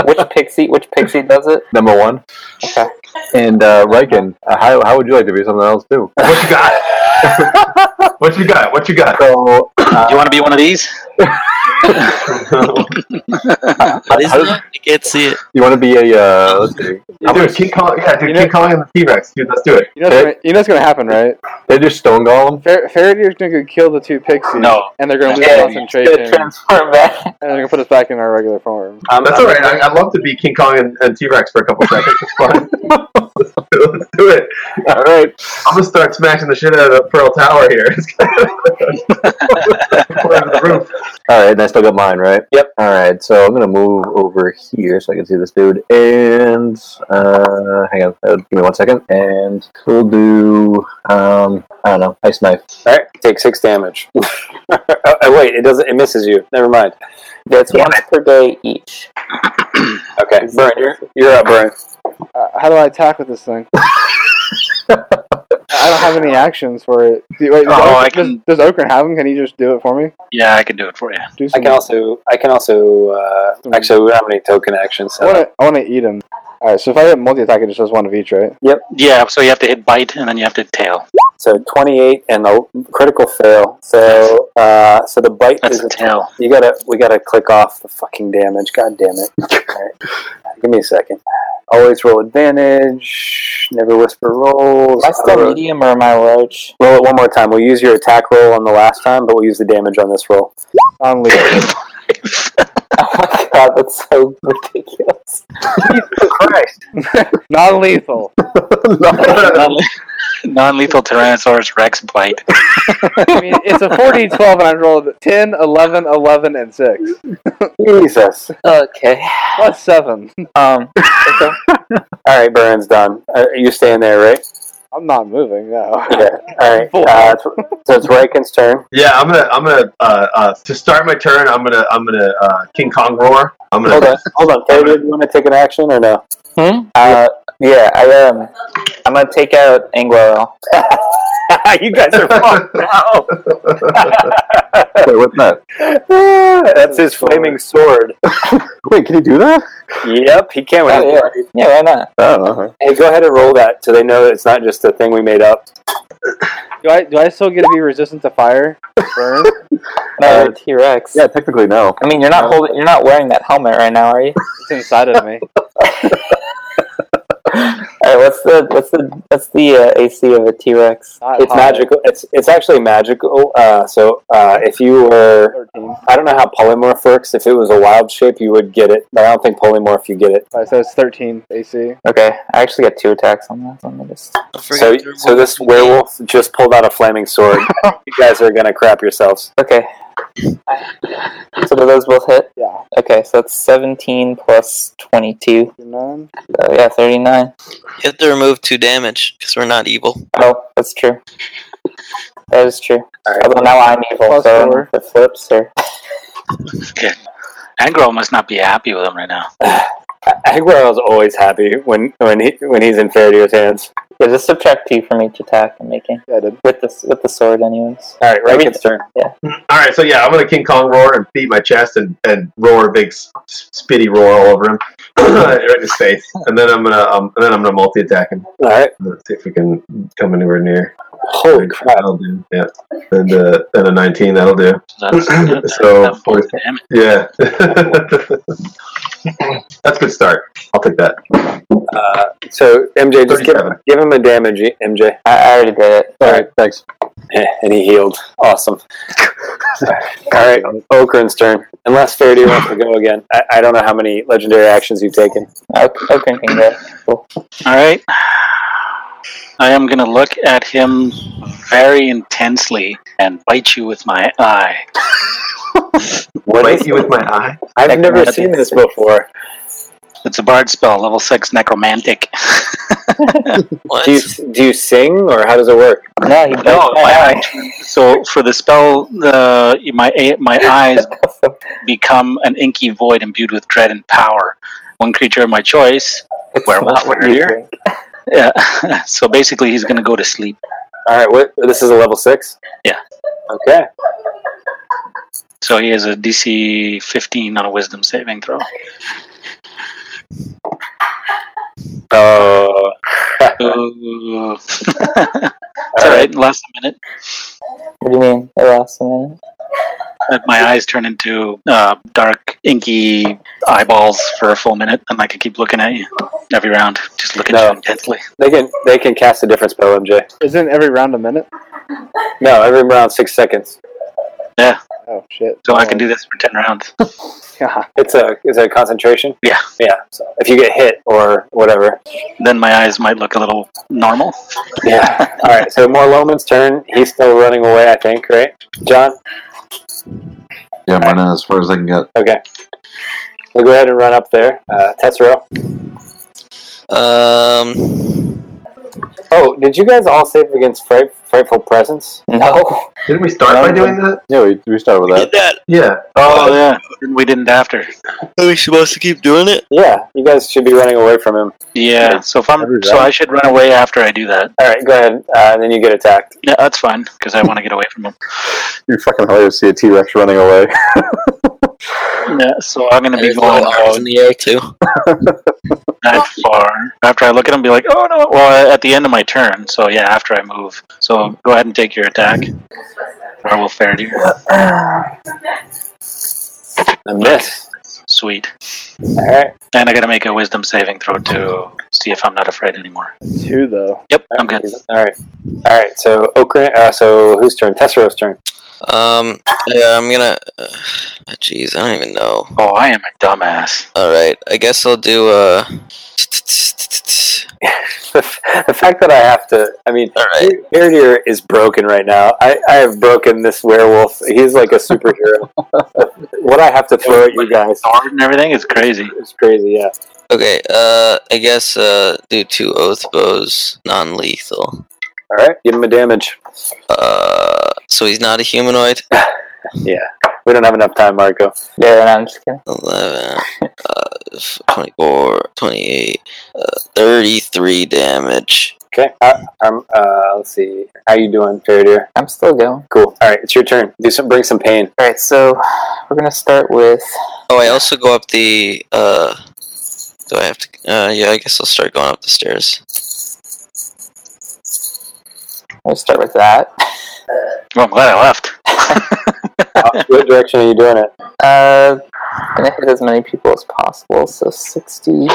[SPEAKER 3] Which pixie? Which pixie does it?
[SPEAKER 9] Number one.
[SPEAKER 3] Okay.
[SPEAKER 9] And uh, Riken, uh, how, how would you like to be something else too?
[SPEAKER 6] What you got? what you got? What you got?
[SPEAKER 9] So,
[SPEAKER 4] you want to be one of these?
[SPEAKER 5] What is
[SPEAKER 9] how does-
[SPEAKER 5] that? I can't see it.
[SPEAKER 9] you want to be a, uh, let's see,
[SPEAKER 6] dude, keep calling. Yeah, dude,
[SPEAKER 8] You know-
[SPEAKER 6] keep calling him the T Rex. Dude, let's do it.
[SPEAKER 8] You know, what's gonna, you know what's gonna happen, right?
[SPEAKER 9] they just stone golem?
[SPEAKER 8] Fer- Faraday's gonna go kill the two pixies,
[SPEAKER 4] No.
[SPEAKER 8] and they're gonna lose
[SPEAKER 3] Yeah,
[SPEAKER 8] concentration,
[SPEAKER 3] Good
[SPEAKER 8] and
[SPEAKER 3] transform back.
[SPEAKER 8] they're gonna put us back in our regular form.
[SPEAKER 2] Um,
[SPEAKER 6] That's all right. I, I love to be King Kong and, and T Rex for a couple seconds. It's fun. Let's do it.
[SPEAKER 9] All right.
[SPEAKER 6] I'm gonna start smashing the shit out of the Pearl Tower here. Pour over the roof.
[SPEAKER 9] All right, and I still got mine, right?
[SPEAKER 2] Yep.
[SPEAKER 9] All right, so I'm gonna move over here so I can see this dude. And uh, hang on, uh, give me one second, and we'll do um, I don't know, ice knife.
[SPEAKER 2] All right. Take six damage. oh, oh, wait, it doesn't. It misses you. Never mind.
[SPEAKER 3] That's once per day each.
[SPEAKER 2] Okay. Burn. You're, you're up, Burn.
[SPEAKER 8] Uh, how do I attack with this thing? I don't have any actions for it. Do- wait, does,
[SPEAKER 4] Oh,
[SPEAKER 8] Okren,
[SPEAKER 4] I can-
[SPEAKER 8] does, does Okren have them? Can he just do it for me?
[SPEAKER 4] Yeah, I can do it for you.
[SPEAKER 8] Do
[SPEAKER 2] I
[SPEAKER 8] some,
[SPEAKER 2] can also. I can also. Uh, actually, how many token actions?
[SPEAKER 8] I wanna, I wanna eat him. All right, so if I get multi attack, it just does one of each, right?
[SPEAKER 4] Yeah, so you have to hit bite and then you have to tail.
[SPEAKER 2] So 28 and a critical fail. So uh, so the bite
[SPEAKER 4] That's
[SPEAKER 2] is
[SPEAKER 4] a tail.
[SPEAKER 2] you gotta we gotta click off the fucking damage. God damn it! All right. Give me a second. Always roll advantage. Never whisper rolls.
[SPEAKER 3] Am I still
[SPEAKER 2] Roll-
[SPEAKER 3] medium or am I large?
[SPEAKER 2] Roll it one more time. We'll use your attack roll on the last time, but we'll use the damage on this roll.
[SPEAKER 8] On leave.
[SPEAKER 3] Oh my god, that's so ridiculous.
[SPEAKER 2] Christ!
[SPEAKER 8] Non lethal.
[SPEAKER 4] Non lethal Tyrannosaurus Rex bite.
[SPEAKER 8] I mean, it's a 4d12, and I rolled 10, 11, 11, and 6.
[SPEAKER 2] Jesus!
[SPEAKER 3] Okay.
[SPEAKER 8] Plus 7.
[SPEAKER 3] Um. Okay.
[SPEAKER 2] All right, Burns done. Uh, you're staying there, right?
[SPEAKER 8] I'm not moving, no.
[SPEAKER 2] Okay. All right. Uh, so it's Raikin's turn.
[SPEAKER 6] Yeah, I'm gonna, I'm gonna, uh, uh, to start my turn, I'm gonna, I'm gonna, uh, King Kong roar. I'm gonna.
[SPEAKER 2] Hold on. Hold on. Taylor, do you want to take an action or no?
[SPEAKER 3] Uh, yeah, I um, I'm gonna take out Anglo.
[SPEAKER 2] you guys are fucked now.
[SPEAKER 9] Wait, what's that?
[SPEAKER 2] That's his flaming sword.
[SPEAKER 9] Wait, can you do that?
[SPEAKER 2] Yep. He can't.
[SPEAKER 3] Oh, yeah. yeah, why not?
[SPEAKER 9] Oh, okay.
[SPEAKER 2] Hey, go ahead and roll that so they know it's not just a thing we made up.
[SPEAKER 8] Do I do I still get to be resistant to fire? Burn?
[SPEAKER 3] No, you're a T-Rex.
[SPEAKER 9] Uh, Yeah, technically no.
[SPEAKER 3] I mean, you're not holding, you're not wearing that helmet right now, are you?
[SPEAKER 8] It's inside of me.
[SPEAKER 3] All right, what's the what's the what's the uh, AC of a T-Rex?
[SPEAKER 8] Not
[SPEAKER 2] It's
[SPEAKER 8] hot.
[SPEAKER 2] magical. It's it's actually magical. Uh, so uh, if you were,
[SPEAKER 8] 13.
[SPEAKER 2] I don't know how polymorph works. If it was a wild shape, you would get it, but I don't think polymorph you get it.
[SPEAKER 8] Alright, so it's 13 AC.
[SPEAKER 3] Okay, I actually got two attacks on that. So let me just.
[SPEAKER 5] Don't forget
[SPEAKER 2] So
[SPEAKER 5] to
[SPEAKER 2] so
[SPEAKER 5] roll
[SPEAKER 2] this
[SPEAKER 5] the
[SPEAKER 2] werewolf just pulled out a flaming sword. you guys are gonna crap yourselves.
[SPEAKER 3] Okay. So do those both hit?
[SPEAKER 8] Yeah.
[SPEAKER 3] Okay, so that's 17 plus 22.
[SPEAKER 8] None.
[SPEAKER 3] So yeah, 39.
[SPEAKER 5] You have to remove two damage because we're not evil.
[SPEAKER 3] Oh, that's true. That is true.
[SPEAKER 2] Alright.
[SPEAKER 3] Although now I'm evil,
[SPEAKER 8] Plus
[SPEAKER 3] so
[SPEAKER 8] four.
[SPEAKER 3] if it flips or.
[SPEAKER 4] Okay. Angro must not be happy with him right now.
[SPEAKER 2] Aguilar's always happy when when he when he's in Faraday's hands.
[SPEAKER 3] Yeah, just subtract two from each attack I'm making
[SPEAKER 8] Yeah, I did.
[SPEAKER 3] with the with the sword, anyways.
[SPEAKER 2] All right, Reikin's turn.
[SPEAKER 6] All right, so yeah, I'm gonna King Kong roar and beat my chest and, and roar a big s- s- spitty roar all over him, right in his face, and then I'm gonna um, and then I'm gonna multi attack him.
[SPEAKER 2] All right.
[SPEAKER 6] Let's see if we can come anywhere near.
[SPEAKER 2] Holy crap!
[SPEAKER 6] That'll do. Yeah, and uh, and a 19 that'll do.
[SPEAKER 4] So that's
[SPEAKER 6] So,
[SPEAKER 4] that
[SPEAKER 6] forty-
[SPEAKER 4] bolts damage.
[SPEAKER 6] Yeah, that's a good start. I'll take that.
[SPEAKER 2] Uh, so MJ, just give,
[SPEAKER 6] 37.
[SPEAKER 2] give him a damage, MJ,
[SPEAKER 3] I, I already did it.
[SPEAKER 9] All right, thanks.
[SPEAKER 2] Eh, and he healed. Awesome. All right, Okrin's turn. Unless Faraday wants to go again. I, I don't know how many legendary actions you've taken.
[SPEAKER 3] Okay, Oh, okay, can go.
[SPEAKER 4] All right. I am gonna look at him very intensely and bite you with my eye.
[SPEAKER 2] What
[SPEAKER 6] Bite
[SPEAKER 2] is-
[SPEAKER 6] you with my eye.
[SPEAKER 2] I've never
[SPEAKER 4] Necromantic.
[SPEAKER 2] seen this before.
[SPEAKER 4] It's a bard spell, level six necromantic.
[SPEAKER 5] What?
[SPEAKER 2] Do you, do you sing, or how does it work?
[SPEAKER 3] No, he bites
[SPEAKER 4] No,
[SPEAKER 3] my
[SPEAKER 4] my
[SPEAKER 3] eye.
[SPEAKER 4] so for the spell, the my a- my eyes become an inky void imbued with dread and power. One creature of my choice.
[SPEAKER 3] It's
[SPEAKER 4] Werewolf,
[SPEAKER 3] not what you
[SPEAKER 4] warrior.
[SPEAKER 3] think.
[SPEAKER 4] Yeah. so basically, he's gonna go to sleep.
[SPEAKER 2] All right, what, this is a level six?
[SPEAKER 4] Yeah.
[SPEAKER 2] Okay.
[SPEAKER 4] So he has a DC 15 on a Wisdom saving throw.
[SPEAKER 2] Oh.
[SPEAKER 4] Ooh. it's
[SPEAKER 2] All
[SPEAKER 4] all right. Last minute,
[SPEAKER 3] What do you mean? It lasts a minute.
[SPEAKER 4] If my eyes turn into uh, dark, inky eyeballs for a full minute, and I can keep looking at you every round. Just look at
[SPEAKER 2] No.
[SPEAKER 4] you intensely.
[SPEAKER 2] They can they can cast a different spell, MJ.
[SPEAKER 8] Isn't every round a minute?
[SPEAKER 2] No, every round six seconds.
[SPEAKER 8] Oh shit.
[SPEAKER 4] So I can do this for 10 rounds.
[SPEAKER 8] Yeah.
[SPEAKER 2] It's a it's a concentration.
[SPEAKER 4] Yeah.
[SPEAKER 2] yeah. So if you get hit or whatever,
[SPEAKER 4] then my eyes might look a little normal.
[SPEAKER 2] yeah. All right. So more Loman's turn. He's still running away, I think. Right, John.
[SPEAKER 7] Yeah, I'm running as far as I can get.
[SPEAKER 2] Okay. We'll go ahead and run up there. Uh, Tetsuro.
[SPEAKER 5] Um,
[SPEAKER 2] Oh, did you guys all save against fright, Frightful Presence?
[SPEAKER 3] No.
[SPEAKER 6] Didn't we start by doing that?
[SPEAKER 9] Yeah, we, we started with
[SPEAKER 5] did
[SPEAKER 9] that.
[SPEAKER 5] that.
[SPEAKER 6] Yeah.
[SPEAKER 4] Oh yeah, we didn't after.
[SPEAKER 5] Are we supposed to keep doing it?
[SPEAKER 2] Yeah, you guys should be running away from him.
[SPEAKER 4] Yeah. So if I'm, so I should run away after I do that.
[SPEAKER 2] All right, go ahead, uh, and then you get attacked.
[SPEAKER 4] Yeah, that's fine because I want to get away from him.
[SPEAKER 9] You fucking hilarious to see a T Rex running away.
[SPEAKER 4] Yeah. So I'm gonna
[SPEAKER 5] And
[SPEAKER 4] be
[SPEAKER 5] there's no
[SPEAKER 4] going
[SPEAKER 5] arms in
[SPEAKER 4] out
[SPEAKER 5] the air too.
[SPEAKER 4] that far. After I look at him, be like, oh no. Well, at the end of my turn. So yeah, after I move. So go ahead and take your attack. Werewolf Faraday.
[SPEAKER 2] A miss.
[SPEAKER 4] Sweet.
[SPEAKER 2] All right.
[SPEAKER 4] And I gotta make a Wisdom saving throw to see if I'm not afraid anymore.
[SPEAKER 8] Two though.
[SPEAKER 4] Yep, I'm good.
[SPEAKER 2] All right. All right. So Okra, uh, so whose turn? Tessero's turn.
[SPEAKER 5] Um, yeah, I'm gonna. Uh, Jeez, I don't even know.
[SPEAKER 4] Oh, I am a dumbass.
[SPEAKER 5] All right, I guess I'll do. Uh,
[SPEAKER 2] the fact that I have to, I mean,
[SPEAKER 5] all right.
[SPEAKER 2] Mirror is broken right now. I, I have broken this werewolf. He's like a superhero. what I have to throw at you guys
[SPEAKER 4] Sword and everything is crazy.
[SPEAKER 2] is crazy. Yeah.
[SPEAKER 5] Okay, uh, I guess uh, do two oath bows, non-lethal.
[SPEAKER 2] All right, give him a damage.
[SPEAKER 5] Uh, so he's not a humanoid.
[SPEAKER 2] Yeah, we don't have enough time, Marco.
[SPEAKER 3] Yeah, no, I'm just kidding.
[SPEAKER 5] 11, uh, 24, 28, uh, 33 damage.
[SPEAKER 2] Okay, I, I'm. Uh, let's see. How you doing, Faradir?
[SPEAKER 3] I'm still going.
[SPEAKER 2] Cool. All right, it's your turn. Do some. Bring some pain.
[SPEAKER 3] All right, so we're gonna start with
[SPEAKER 5] Oh, I also go up the. Uh, do I have to? Uh, yeah, I guess I'll start going up the stairs.
[SPEAKER 3] we'll start with that.
[SPEAKER 4] Well, I'm glad I left.
[SPEAKER 2] Uh, what direction are you doing it?
[SPEAKER 3] Uh, gonna hit as many people as possible. So sixty.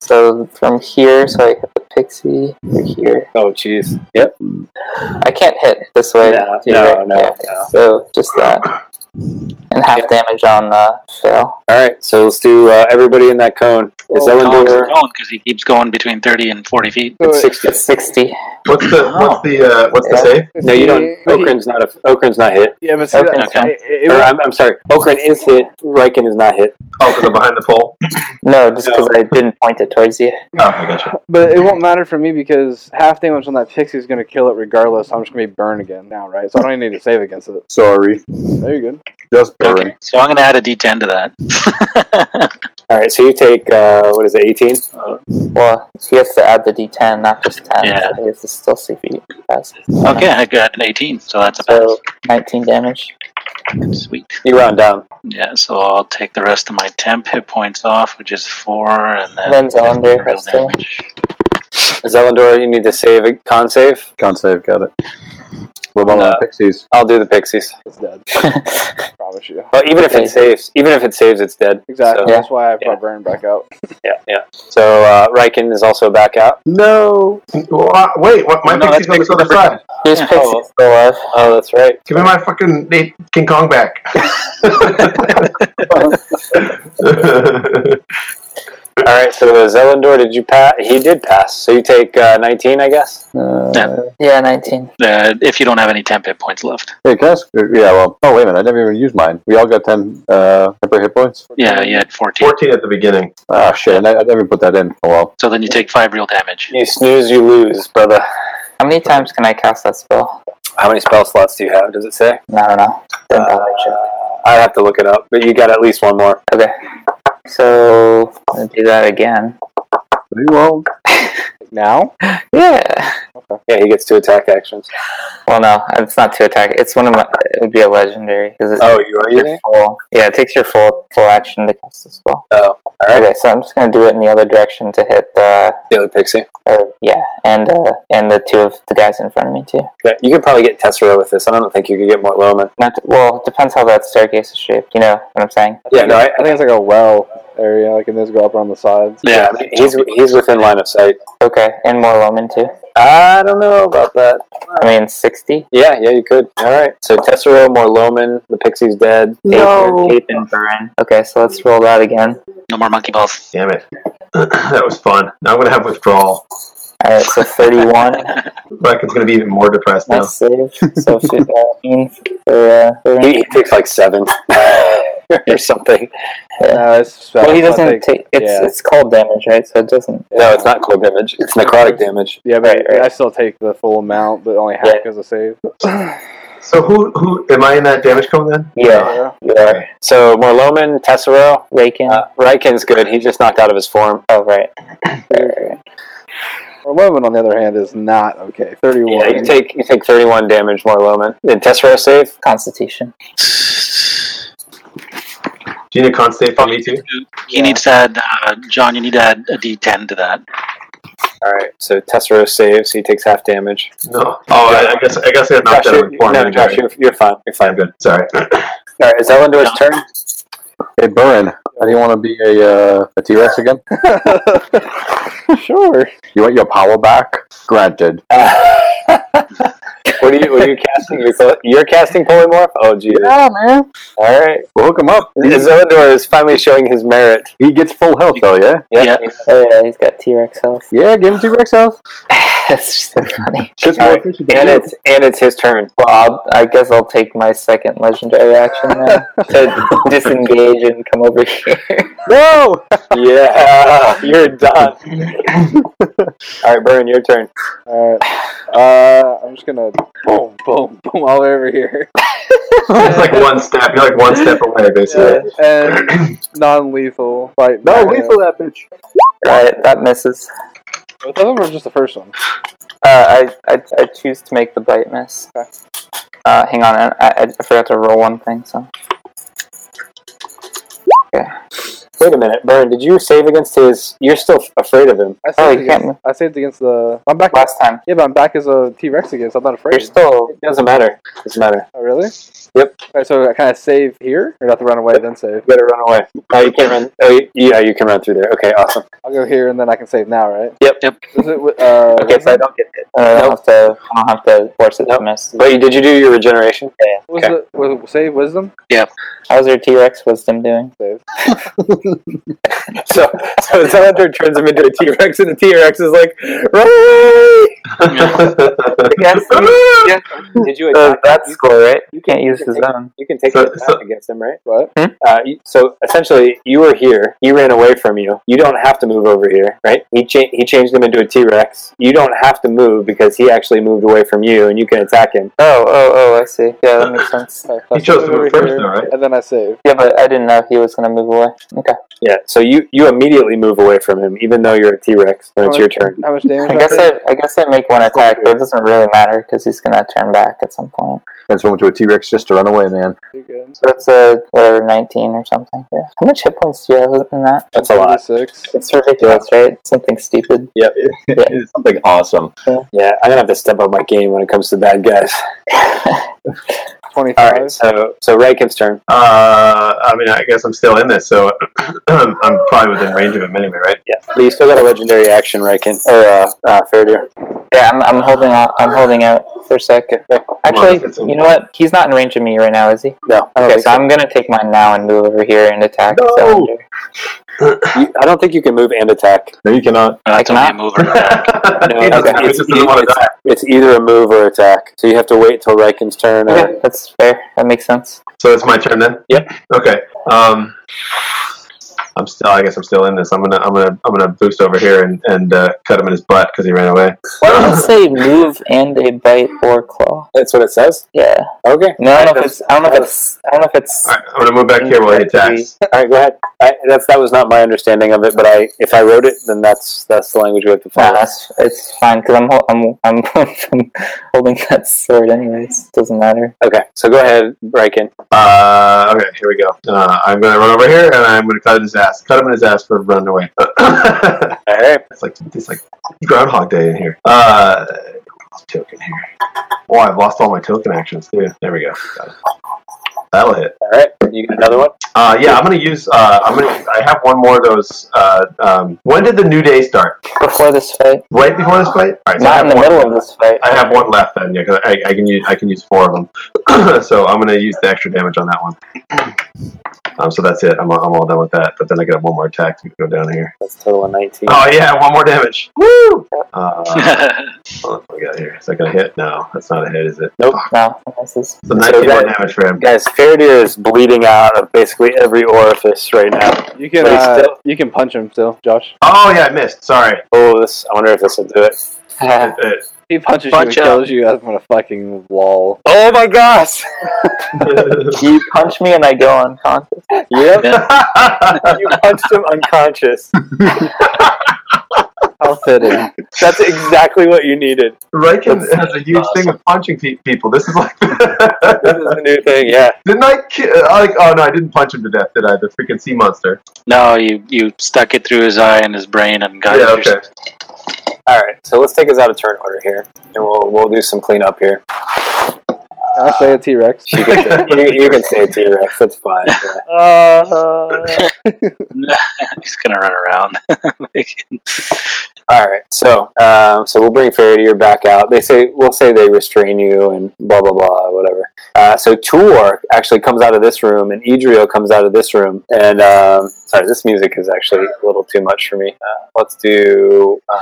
[SPEAKER 3] So from here, so I hit the pixie through here.
[SPEAKER 2] Oh, jeez. Yep.
[SPEAKER 3] I can't hit this way.
[SPEAKER 2] No,
[SPEAKER 3] too,
[SPEAKER 2] no,
[SPEAKER 3] right?
[SPEAKER 2] no,
[SPEAKER 3] Yeah,
[SPEAKER 2] no.
[SPEAKER 3] So just that, and half damage on uh, the fail.
[SPEAKER 2] All right, so let's do uh, everybody in that cone. It's
[SPEAKER 4] No one's
[SPEAKER 2] Ellendor.
[SPEAKER 4] going because he keeps going between 30 and 40 feet.
[SPEAKER 2] It's sixty.
[SPEAKER 3] It's sixty.
[SPEAKER 6] What's the what's the uh, what's the
[SPEAKER 3] Yeah.
[SPEAKER 6] save?
[SPEAKER 2] No, you don't. Okrin's not. A, Okrin's not hit.
[SPEAKER 8] Yeah, but see,
[SPEAKER 3] Okay,
[SPEAKER 8] that's-
[SPEAKER 4] okay.
[SPEAKER 8] I- it- it
[SPEAKER 2] Or, uh,
[SPEAKER 8] was-
[SPEAKER 2] I'm, I'm sorry. Okrin is hit. Riken is not hit.
[SPEAKER 6] Oh, because I'm behind the pole.
[SPEAKER 3] No, just because I didn't point it towards you.
[SPEAKER 6] Oh, I gotcha.
[SPEAKER 8] but it won't matter for me because half damage on that pixie is going to kill it regardless. I'm just going to be burned again now, right? So I don't even need to save against it.
[SPEAKER 7] Sorry,
[SPEAKER 8] There you go.
[SPEAKER 7] just burn.
[SPEAKER 4] Okay, so I'm going to add a d10 to that.
[SPEAKER 2] All right, so you take uh, what is it? Eighteen.
[SPEAKER 3] Well, he has to add the D10, not just 10.
[SPEAKER 4] Yeah.
[SPEAKER 3] So he has to still see if he passes.
[SPEAKER 4] okay, I got an 18, so that's a
[SPEAKER 3] So
[SPEAKER 4] pass.
[SPEAKER 3] 19 damage.
[SPEAKER 4] Sweet.
[SPEAKER 2] You round down.
[SPEAKER 4] Yeah, so I'll take the rest of my temp hit points off, which is four, and then
[SPEAKER 3] Then Zalander
[SPEAKER 4] real
[SPEAKER 3] has to-
[SPEAKER 4] damage.
[SPEAKER 2] Zelindor, you need to save a con save.
[SPEAKER 9] Can't save. Got it. What about
[SPEAKER 2] No.
[SPEAKER 9] the pixies?
[SPEAKER 2] I'll do the pixies.
[SPEAKER 8] It's dead. promise you.
[SPEAKER 2] Well, even if
[SPEAKER 3] Okay.
[SPEAKER 2] it saves, even if it saves, it's dead.
[SPEAKER 8] Exactly.
[SPEAKER 2] So,
[SPEAKER 8] That's why I
[SPEAKER 2] Yeah.
[SPEAKER 8] brought Burn back out.
[SPEAKER 2] yeah, yeah. So uh, Riken is also back out.
[SPEAKER 6] No. Well, I, wait, what, my
[SPEAKER 4] No,
[SPEAKER 6] pixie's
[SPEAKER 4] that's
[SPEAKER 6] on this other
[SPEAKER 4] pixie.
[SPEAKER 6] side.
[SPEAKER 3] Here's
[SPEAKER 4] Yeah.
[SPEAKER 3] Pixie
[SPEAKER 2] Oh.
[SPEAKER 3] still alive.
[SPEAKER 2] Oh, that's right.
[SPEAKER 6] Give me my fucking Nate King Kong back.
[SPEAKER 2] All right. So uh, Zelindor, did you pass? He did pass. So you take uh, nineteen, I guess.
[SPEAKER 9] Uh,
[SPEAKER 4] Yeah.
[SPEAKER 3] Yeah, 19.
[SPEAKER 4] Uh, if you don't have any temp hit points left.
[SPEAKER 9] Hey, can I ask? Yeah, well, oh, wait a minute. I never even used mine. We all got 10 uh, temporary hit points.
[SPEAKER 4] Yeah, you had 14.
[SPEAKER 6] Fourteen at the beginning.
[SPEAKER 9] Ah, shit. I, ne- I never put that in. Oh, well.
[SPEAKER 4] So then you take five real damage.
[SPEAKER 2] You snooze, you lose, brother.
[SPEAKER 3] How many times can I cast that spell?
[SPEAKER 2] How many spell slots do you have? Does it say?
[SPEAKER 3] I don't know. Didn't
[SPEAKER 2] Uh,
[SPEAKER 3] bother checking.
[SPEAKER 2] I'd have to look it up, but you got at least one more.
[SPEAKER 3] Okay. So, I'm going to do that again.
[SPEAKER 9] You all
[SPEAKER 8] Now?
[SPEAKER 3] Yeah.
[SPEAKER 2] Yeah, he gets two attack actions.
[SPEAKER 3] Well, no, it's not two attack. It's one of my. It would be a legendary. Because it
[SPEAKER 2] Oh, you are
[SPEAKER 3] your
[SPEAKER 2] using?
[SPEAKER 3] full. Yeah, it takes your full full action to cast the spell.
[SPEAKER 2] Oh, alright.
[SPEAKER 3] Okay, so I'm just gonna do it in the other direction to hit the
[SPEAKER 2] The other pixie.
[SPEAKER 3] or, yeah, and uh, and the two of the guys in front of me too.
[SPEAKER 2] Okay. You could probably get Tessera with this. I don't think you could get Mortloman.
[SPEAKER 3] Not to- well, it depends how that staircase is shaped. You know what I'm saying?
[SPEAKER 2] Yeah, no, I,
[SPEAKER 8] I think it's like a well area. Like, and those go up around the sides.
[SPEAKER 2] yeah,
[SPEAKER 4] Yeah,
[SPEAKER 2] I mean, he's he's within line of sight.
[SPEAKER 3] Okay, and more Loman too.
[SPEAKER 2] I don't know about that.
[SPEAKER 3] I mean, sixty.
[SPEAKER 2] Yeah, yeah, you could. All right. So Tessera, Morloman, the pixie's dead.
[SPEAKER 3] No. Ape and Burn. Okay, so let's roll that again.
[SPEAKER 4] no more monkey balls.
[SPEAKER 6] Damn it. that was fun. Now I'm gonna have withdrawal.
[SPEAKER 3] All right, so thirty-one.
[SPEAKER 6] Reckon's gonna be even more depressed now.
[SPEAKER 3] Let's save. So fifteen for uh, for-
[SPEAKER 2] He, he takes like seven or something.
[SPEAKER 8] No, it's spell.
[SPEAKER 3] Well, he
[SPEAKER 8] I
[SPEAKER 3] doesn't
[SPEAKER 8] think-
[SPEAKER 3] take. It's
[SPEAKER 8] yeah.
[SPEAKER 3] it's cold damage, right? So it doesn't.
[SPEAKER 2] No, it's not cold damage. It's necrotic damage.
[SPEAKER 8] Yeah, but
[SPEAKER 3] Right, right.
[SPEAKER 8] I still take the full amount, but only half
[SPEAKER 3] Yeah.
[SPEAKER 8] because of save.
[SPEAKER 6] So who who am I in that damage cone then?
[SPEAKER 3] Yeah.
[SPEAKER 2] Yeah. So Morloman, Tessera,
[SPEAKER 3] Waken.
[SPEAKER 2] uh, Riken's good. He just knocked out of his form.
[SPEAKER 3] oh, right. Right, right, right.
[SPEAKER 8] Morloman, on the other hand, is not okay. 31.
[SPEAKER 2] Yeah, you take you take thirty one damage, Morloman. Did Tessera save?
[SPEAKER 3] Constitution.
[SPEAKER 6] Gina can't save for me too.
[SPEAKER 4] He needs to add, uh, John, you need to add a d10 to that. Uh,
[SPEAKER 2] All right. So Tessera saves. He takes half damage.
[SPEAKER 6] No. Oh, I, I guess I guess I got knocked
[SPEAKER 2] Josh,
[SPEAKER 6] out
[SPEAKER 2] you're,
[SPEAKER 6] of form.
[SPEAKER 2] no, Josh, you're, you're fine. You're fine.
[SPEAKER 6] I'm good. Sorry.
[SPEAKER 2] All right. Is Elendor's turn?
[SPEAKER 9] Hey, Burren, do you want to be a, uh, a T-Rex again?
[SPEAKER 8] sure.
[SPEAKER 9] You want your power back? Granted.
[SPEAKER 2] What are you? What are you casting? You're, cl- you're casting polymorph. Oh, Jesus!
[SPEAKER 9] Yeah, man.
[SPEAKER 2] All right.
[SPEAKER 9] We'll hook him up. He,
[SPEAKER 2] Zelindor is finally showing his merit.
[SPEAKER 9] he gets full health, though, yeah?
[SPEAKER 4] Yeah.
[SPEAKER 3] Oh, yeah, he's got T Rex health.
[SPEAKER 9] Yeah, give him T-Rex health.
[SPEAKER 3] That's so funny.
[SPEAKER 6] Just
[SPEAKER 3] All
[SPEAKER 6] more
[SPEAKER 3] right.
[SPEAKER 6] efficient than
[SPEAKER 2] And
[SPEAKER 6] you.
[SPEAKER 2] it's and it's his turn.
[SPEAKER 3] Well, I'll, I guess I'll take my second legendary action then to disengage and come over here.
[SPEAKER 8] No!
[SPEAKER 2] Yeah, you're done. All right, Burn, your turn.
[SPEAKER 8] Alright. Uh, I'm just gonna boom, boom, boom all over here.
[SPEAKER 6] It's like one step. You're like one step away, basically.
[SPEAKER 8] And non lethal fight.
[SPEAKER 6] No,
[SPEAKER 8] back.
[SPEAKER 6] Oh, lethal that bitch.
[SPEAKER 3] All right, Uh, that misses.
[SPEAKER 8] Both of them or just the first one?
[SPEAKER 3] Uh, I, I I choose to make the bite miss.
[SPEAKER 8] Okay.
[SPEAKER 3] Uh, hang on, I, I I forgot to roll one thing. So
[SPEAKER 2] Wait a minute, Burn. Did you save against his? You're still afraid of him.
[SPEAKER 8] I saved,
[SPEAKER 3] Oh, you
[SPEAKER 8] against,
[SPEAKER 3] can't-
[SPEAKER 8] I saved against the. I'm back.
[SPEAKER 3] last time
[SPEAKER 8] Yeah, but I'm back as a T Rex again, so I'm not
[SPEAKER 3] you're
[SPEAKER 8] afraid.
[SPEAKER 3] still
[SPEAKER 2] It doesn't matter. Doesn't matter.
[SPEAKER 8] Oh, really?
[SPEAKER 2] Yep.
[SPEAKER 8] Alright, so I kind of save here, or not to run away, then save.
[SPEAKER 2] You gotta run away. Oh, you can't run. Oh, you, yeah, you can run through there. Okay, awesome.
[SPEAKER 8] I'll go here, and then I can save now, right?
[SPEAKER 2] Yep.
[SPEAKER 4] Yep.
[SPEAKER 8] Is it, with- uh,
[SPEAKER 2] Okay, so I don't get hit.
[SPEAKER 3] Uh, I don't have to. I don't have to force it
[SPEAKER 2] Nope.
[SPEAKER 3] to miss.
[SPEAKER 2] But you, did you do your regeneration?
[SPEAKER 8] was it was, save wisdom?
[SPEAKER 3] How's your T Rex wisdom doing?
[SPEAKER 8] Save.
[SPEAKER 2] So, so Zellander turns him into a T Rex, and the T Rex is like, "Run!"
[SPEAKER 3] Yes.
[SPEAKER 2] Did you
[SPEAKER 3] Uh,
[SPEAKER 2] attack?
[SPEAKER 3] that's cool, right? You can't
[SPEAKER 2] can-
[SPEAKER 3] use
[SPEAKER 2] you
[SPEAKER 3] his
[SPEAKER 2] can take-
[SPEAKER 3] own.
[SPEAKER 2] You can take
[SPEAKER 6] So-
[SPEAKER 2] an attack
[SPEAKER 6] so-
[SPEAKER 2] against him, right?
[SPEAKER 8] What?
[SPEAKER 2] Uh, you- so essentially, you were here. He ran away from you. You don't have to move over here, right? He cha- he changed him into a T Rex. You don't have to move because he actually moved away from you, and you can attack him.
[SPEAKER 3] Oh, oh, oh! I see. Yeah, that makes sense.
[SPEAKER 8] Alright, so I
[SPEAKER 6] He chose
[SPEAKER 8] save
[SPEAKER 6] to move
[SPEAKER 8] over
[SPEAKER 6] first,
[SPEAKER 8] here,
[SPEAKER 6] though, right?
[SPEAKER 8] And then I save.
[SPEAKER 3] Yeah, but I didn't know he was gonna move away. Okay.
[SPEAKER 2] Yeah. So you you immediately move away from him, even though you're a T Rex, and it's your turn.
[SPEAKER 8] How much damage?
[SPEAKER 3] I guess
[SPEAKER 8] did?
[SPEAKER 3] I, I guess I make one attack, but it doesn't really matter because he's gonna turn back at some point.
[SPEAKER 9] Transform into a T Rex just to run away, man.
[SPEAKER 8] You're good.
[SPEAKER 3] So it's a whatever nineteen or something. Yeah. How much hit points do you have in that?
[SPEAKER 2] That's a lot.
[SPEAKER 8] 36.
[SPEAKER 3] It's ridiculous, right? Something stupid.
[SPEAKER 9] It's something awesome.
[SPEAKER 2] Yeah, I'm gonna have to step up my game when it comes to bad guys.
[SPEAKER 8] 25.
[SPEAKER 2] All right. So so Raikim's turn.
[SPEAKER 6] Uh, I mean, I guess I'm still in this, so I'm, I'm probably within range of him anyway, right?
[SPEAKER 2] Yeah. But you still got a legendary action, Raikim, or uh, uh, Faradir.
[SPEAKER 3] Yeah, I'm, I'm holding out. I'm holding out for a sec. Actually,
[SPEAKER 6] it's a-
[SPEAKER 3] you know what? He's not in range of me right now, is he?
[SPEAKER 2] No. I don't
[SPEAKER 3] Okay,
[SPEAKER 2] think
[SPEAKER 3] so I'm gonna take mine now and move over here and attack
[SPEAKER 6] No!
[SPEAKER 3] Cylinder.
[SPEAKER 2] You- I don't think you can move and attack.
[SPEAKER 9] No, you cannot.
[SPEAKER 4] Uh, it's only a
[SPEAKER 3] cannot-
[SPEAKER 4] move or attack.
[SPEAKER 6] no,
[SPEAKER 2] No,
[SPEAKER 6] he doesn't,
[SPEAKER 2] okay.
[SPEAKER 6] he just doesn't want to die.
[SPEAKER 2] It's either a move or attack. So you have to wait till Raikim's turn. Or,
[SPEAKER 3] Okay, that's fair. That makes sense.
[SPEAKER 6] So it's my turn then. Yep. Okay. Um, I'm still. I guess I'm still in this. I'm gonna. I'm gonna. I'm gonna boost over here and and uh, cut him in his butt because he ran away.
[SPEAKER 3] Why does it say move and a bite or claw?
[SPEAKER 2] That's what it says.
[SPEAKER 3] Yeah.
[SPEAKER 2] Okay.
[SPEAKER 3] No, I don't know if it's. I don't know if it's. I don't know if it's.
[SPEAKER 6] All right. I'm gonna move back here while he attacks.
[SPEAKER 2] All right, go ahead. I, that's that was not my understanding of it, but I if I wrote it, then that's that's the language we have to
[SPEAKER 3] Nah,
[SPEAKER 2] follow.
[SPEAKER 3] that's, it's fine because I'm, hol- I'm I'm I'm holding that sword anyways. Doesn't matter.
[SPEAKER 2] Okay, so go ahead, Riken.
[SPEAKER 6] Uh, okay. Here we go. Uh, I'm gonna run over here and I'm gonna cut his ass. Cut him in his ass for running away. it's
[SPEAKER 2] All right,
[SPEAKER 6] like it's like Groundhog Day in here. Uh, token here. Oh, I've lost all my token actions too. There we go. Got it. That'll hit.
[SPEAKER 2] all right. You got another one.
[SPEAKER 6] Uh, yeah, I'm gonna use. Uh, I'm gonna. I have one more of those. Uh, um, when did the new day start?
[SPEAKER 3] Before this fight,
[SPEAKER 6] Right before this fight. All right, so
[SPEAKER 3] not
[SPEAKER 6] I have
[SPEAKER 3] in the
[SPEAKER 6] one.
[SPEAKER 3] middle of this fight.
[SPEAKER 6] I have one left then. Yeah, 'cause I, I can use. I can use four of them. so I'm gonna use the extra damage on that one. Um, so that's it. I'm, all- I'm all done with that. But then I got one more attack to go down here.
[SPEAKER 2] That's total of nineteen.
[SPEAKER 6] Oh yeah, one more damage. Woo! Uh, what do we got here? Is that gonna hit? No, that's not a hit, is it?
[SPEAKER 2] Nope.
[SPEAKER 3] No, this is
[SPEAKER 6] So
[SPEAKER 2] So
[SPEAKER 6] 19 more
[SPEAKER 2] that-
[SPEAKER 6] damage for him.
[SPEAKER 2] Guys, Faradir is bleeding out of basically every orifice right now.
[SPEAKER 8] You can
[SPEAKER 2] But he's
[SPEAKER 8] uh,
[SPEAKER 2] still-
[SPEAKER 8] you can punch him still, Josh.
[SPEAKER 6] Oh yeah, I missed. Sorry.
[SPEAKER 2] Oh, this. I wonder if this will do it. Uh,
[SPEAKER 6] It- it-
[SPEAKER 8] He punches
[SPEAKER 4] Punch
[SPEAKER 8] you
[SPEAKER 4] him.
[SPEAKER 8] and kills you. I'm gonna fucking lol.
[SPEAKER 2] Oh my gosh!
[SPEAKER 3] you punch me and I go unconscious.
[SPEAKER 2] Yep, you punched him unconscious.
[SPEAKER 8] How fitting.
[SPEAKER 2] That's exactly what you needed.
[SPEAKER 6] Riken
[SPEAKER 2] That's-
[SPEAKER 6] has a huge thing of punching pe- people. This is like.
[SPEAKER 2] This is the new thing. Yeah.
[SPEAKER 6] Didn't I? Ki- I like, oh no, I didn't punch him to death, did I? The freaking sea monster.
[SPEAKER 4] no, you you stuck it through his eye and his brain and got
[SPEAKER 6] yeah,
[SPEAKER 4] it.
[SPEAKER 6] okay.
[SPEAKER 2] All right, so let's take us out of turn order here, and we'll we'll do some cleanup here.
[SPEAKER 8] Can I say a T Rex?
[SPEAKER 2] You can say, you, you can say T Rex. That's fine. Yeah.
[SPEAKER 8] Uh,
[SPEAKER 4] He's gonna run around. Like,
[SPEAKER 2] All right, so um, so we'll bring Faradir back out. They say we'll say they restrain you and blah blah blah whatever. Uh, so Tuor actually comes out of this room, and Idrio comes out of this room. And um, sorry, this music is actually a little too much for me. Uh, let's do um,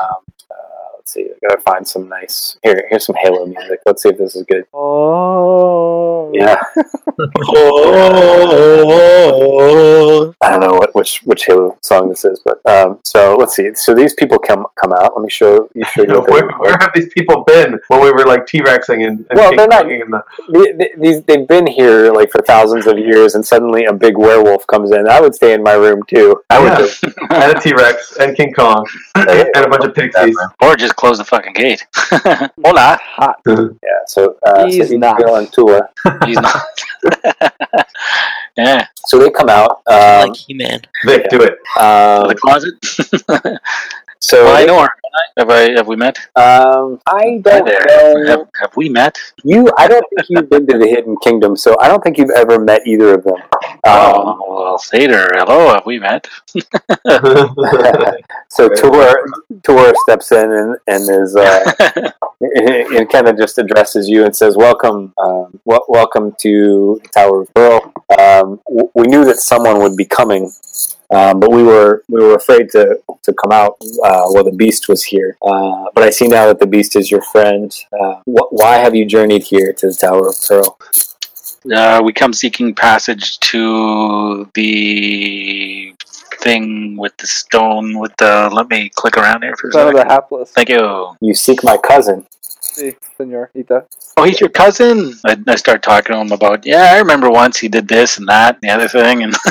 [SPEAKER 2] uh, let's Let's see. I gotta find some nice. Here, here's some Halo music. Let's see if this is good.
[SPEAKER 8] Oh.
[SPEAKER 2] Yeah.
[SPEAKER 6] Oh.
[SPEAKER 2] I don't know what which which Halo song this is, but um, so let's see. So these people come come out. Let me show you show you. what they
[SPEAKER 6] where,
[SPEAKER 2] look
[SPEAKER 6] where
[SPEAKER 2] like.
[SPEAKER 6] have these people been when we were like T-Rexing and, and
[SPEAKER 2] Well, they're not-
[SPEAKER 6] King Kong and the-
[SPEAKER 2] The- the- These they've been here like for thousands of years, and suddenly a big werewolf comes in. I would stay in my room too. I would.
[SPEAKER 6] Yeah.
[SPEAKER 2] just-
[SPEAKER 6] and a T-Rex and King Kong and a bunch of pixies.
[SPEAKER 4] Or just close the fucking gate. Hola.
[SPEAKER 2] Yeah. So uh,
[SPEAKER 8] He's
[SPEAKER 2] so
[SPEAKER 8] not.
[SPEAKER 2] Ezekiel and Tula.
[SPEAKER 4] He's not. yeah.
[SPEAKER 2] So they come out. Um,
[SPEAKER 5] like He-Man.
[SPEAKER 6] Vic, do it.
[SPEAKER 4] Out of
[SPEAKER 2] um,
[SPEAKER 4] the closet.
[SPEAKER 2] so
[SPEAKER 4] well, I
[SPEAKER 2] they-
[SPEAKER 4] know her. Have I? Have we met?
[SPEAKER 2] Um, I
[SPEAKER 4] Hi
[SPEAKER 2] don't
[SPEAKER 4] there.
[SPEAKER 2] know.
[SPEAKER 4] Have, have we met?
[SPEAKER 2] You, I don't think you've been to the Hidden Kingdom, so I don't think you've ever met either of them. Um,
[SPEAKER 4] oh, well, say to her, hello. Have we met?
[SPEAKER 2] so Tour Tour steps in and, and is uh, and kind of just addresses you and says, "Welcome, um, wel- welcome to the Tower of Pearl. Um, w- we knew that someone would be coming." Um, but we were we were afraid to, to come out uh, while the beast was here. Uh, but I see now that the beast is your friend. Uh, wh- why have you journeyed here to the Tower of Pearl?
[SPEAKER 4] uh, we come seeking passage to the thing with the stone with the. Let me click around here for a
[SPEAKER 8] Son of
[SPEAKER 4] second.
[SPEAKER 8] the hapless.
[SPEAKER 4] Thank you.
[SPEAKER 2] You seek my cousin.
[SPEAKER 8] See, senorita.
[SPEAKER 4] Oh, he's your cousin. I, I start talking to him about. Yeah, I remember once he did this and that and the other thing. And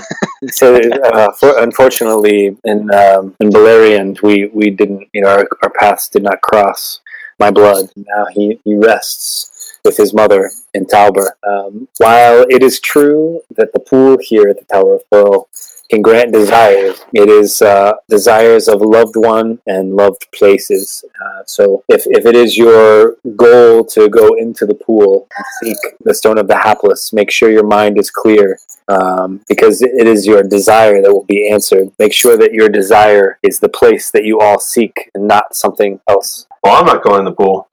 [SPEAKER 2] So, uh, for, unfortunately, in um, in Beleriand, we, we didn't, you know, our, our paths did not cross. My blood. Now he, he rests with his mother in Tauber. Um, while it is true that the pool here at the Tower of Pearl can grant desires, it is uh, desires of loved one and loved places. Uh, so, if, if it is your goal to go into the pool and seek the Stone of the Hapless, make sure your mind is clear um, because it is your desire that will be answered. Make sure that your desire is the place that you all seek and not something else.
[SPEAKER 6] Well, I'm not going in the pool.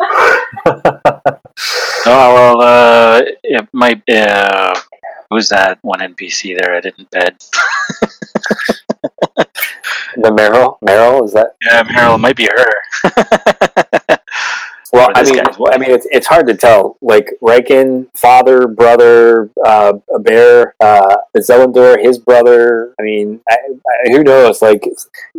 [SPEAKER 4] oh well, uh, it might. Uh, who's that one NPC there? I didn't bed.
[SPEAKER 2] The Meryl, Meryl is that?
[SPEAKER 4] Yeah, Meryl it might be her.
[SPEAKER 2] Well,
[SPEAKER 4] Or
[SPEAKER 2] I
[SPEAKER 4] this
[SPEAKER 2] mean,
[SPEAKER 4] guy's
[SPEAKER 2] I mean, it's, it's hard to tell. Like Riken, father, brother, uh, a bear, uh, Zelindor, his brother. I mean, I, I, who knows? Like,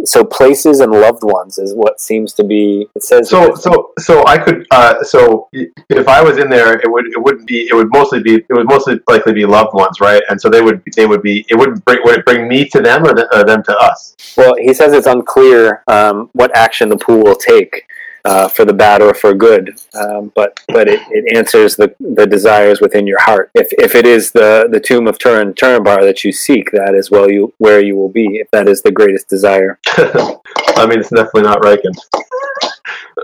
[SPEAKER 2] so places and loved ones is what seems to be. It says
[SPEAKER 6] So, so, so I could. Uh, so, i- if I was in there, it would it wouldn't be. It would mostly be. It would mostly likely be loved ones, right? And so they would. They would be. It wouldn't bring. Would it bring me to them or, the, or them to us?
[SPEAKER 2] Well, he says it's unclear um, what action the pool will take uh, for the bad or for good, um, but but it, it answers the, the desires within your heart. If, if it is the, the tomb of Turin Turinbar that you seek, that is well you where you will be. If that is the greatest desire,
[SPEAKER 6] I mean, it's definitely not Riken.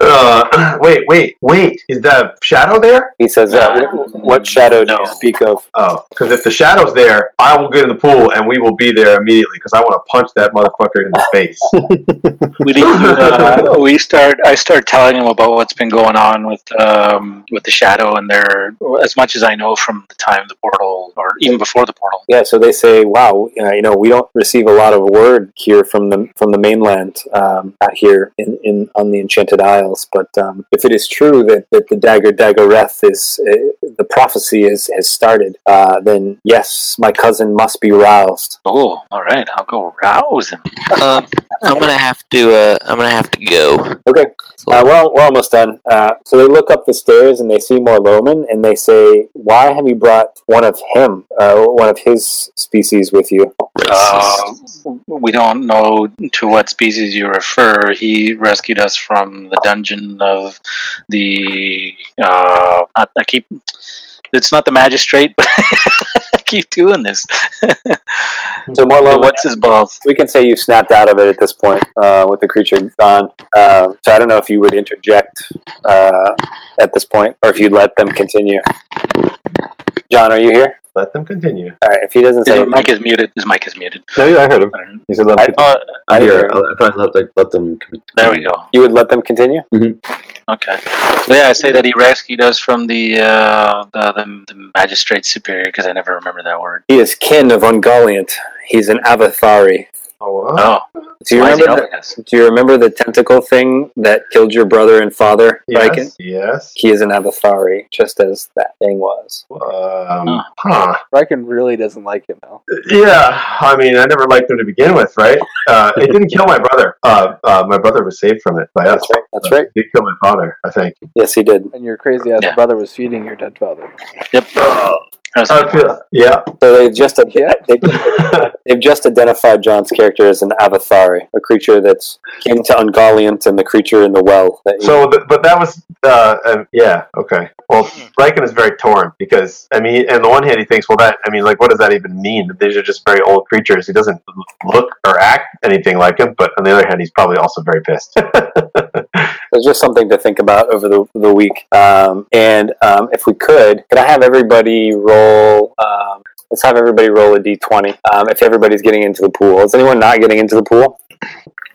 [SPEAKER 6] Uh, wait, wait, wait! Is that shadow there?
[SPEAKER 2] he says. Uh, what, what shadow do
[SPEAKER 4] No.
[SPEAKER 2] you speak of?
[SPEAKER 6] Oh, because if the shadow's there, I will get in the pool and we will be there immediately. Because I want to punch that motherfucker in the face.
[SPEAKER 4] we, did, uh, we start. I start telling him about what's been going on with um, with the shadow and their as much as I know from the time the portal or even before the portal.
[SPEAKER 2] Yeah, so they say, "Wow, uh, you know, we don't receive a lot of word here from the from the mainland, um, out here in, in on the Enchanted Isles. But um, if it is true that, that the dagger daggereth is uh, the prophecy is has started, uh, then yes, my cousin must be roused.
[SPEAKER 4] Oh, all right. I'll go rouse him.
[SPEAKER 5] Um, I'm gonna have to. Uh, I'm gonna have to go.
[SPEAKER 2] Okay,
[SPEAKER 5] So,
[SPEAKER 2] uh, we're al- we're almost done. Uh, so they look up the stairs and they see more Loman, and they say, "Why have you brought one of him, uh, one of his species, with you?"
[SPEAKER 5] racist.
[SPEAKER 4] Uh, we don't know to what species you refer. He rescued us from the dungeon of the. Uh, I, I keep. It's not the magistrate, but I keep doing this.
[SPEAKER 2] So more
[SPEAKER 4] Well,
[SPEAKER 2] Loman
[SPEAKER 4] what's his balls?
[SPEAKER 2] we can say you snapped out of it at this point uh, with the creature gone. Uh, so I don't know if you would interject uh, at this point, or if you'd let them continue. John, are you here?
[SPEAKER 6] Let them continue.
[SPEAKER 2] All right. If he doesn't
[SPEAKER 4] His
[SPEAKER 2] say,
[SPEAKER 4] mic is muted. His mic is muted.
[SPEAKER 9] No, yeah, I heard him. He said, let
[SPEAKER 2] I
[SPEAKER 9] him
[SPEAKER 4] Oh,
[SPEAKER 2] I
[SPEAKER 9] continue.
[SPEAKER 2] hear
[SPEAKER 9] I, I thought I let, like, let them. continue.
[SPEAKER 4] there we go.
[SPEAKER 2] you would let them continue.
[SPEAKER 4] Okay. So yeah, I say that he rescued us from the uh, the, the, the magistrate superior because I never remember that word.
[SPEAKER 2] He is kin of Ungoliant. He's an Avathari.
[SPEAKER 6] Oh, wow.
[SPEAKER 4] Oh,
[SPEAKER 2] Do you
[SPEAKER 4] why is he
[SPEAKER 2] remember?
[SPEAKER 4] helping
[SPEAKER 2] The,
[SPEAKER 4] us?
[SPEAKER 2] do you remember the tentacle thing that killed your brother and father, Viking?
[SPEAKER 6] yes. Yes.
[SPEAKER 2] He is an Avathari, just as that thing was.
[SPEAKER 6] Um, huh.
[SPEAKER 8] Riken really doesn't like him though.
[SPEAKER 6] Yeah, I mean, I never liked him to begin with, right? Uh, it didn't kill my brother. Uh, uh, my brother was saved from it by us.
[SPEAKER 2] That's right. That's right.
[SPEAKER 6] It did kill my father, I think.
[SPEAKER 2] Yes, he did.
[SPEAKER 8] And your crazy ass
[SPEAKER 4] Yeah.
[SPEAKER 8] brother was feeding your dead father.
[SPEAKER 4] Yep. That's
[SPEAKER 6] I feel, yeah.
[SPEAKER 2] So they've just
[SPEAKER 8] Yeah.
[SPEAKER 2] they, they've just identified John's character as an Avathari, a creature that's kin to Ungoliant and the creature in the well. That he-
[SPEAKER 6] so, th- but that was, uh, um, yeah, okay. Well, Riken is very torn because, I mean, on the one hand, he thinks, well, that, I mean, like, what does that even mean? That These are just very old creatures. He doesn't look or act anything like him, but on the other hand, he's probably also very pissed.
[SPEAKER 2] It's just something to think about over the, the week. Um, and um, if we could, could I have everybody roll? Um, let's have everybody roll a d20. Um, if everybody's getting into the pool, is anyone not getting into the pool?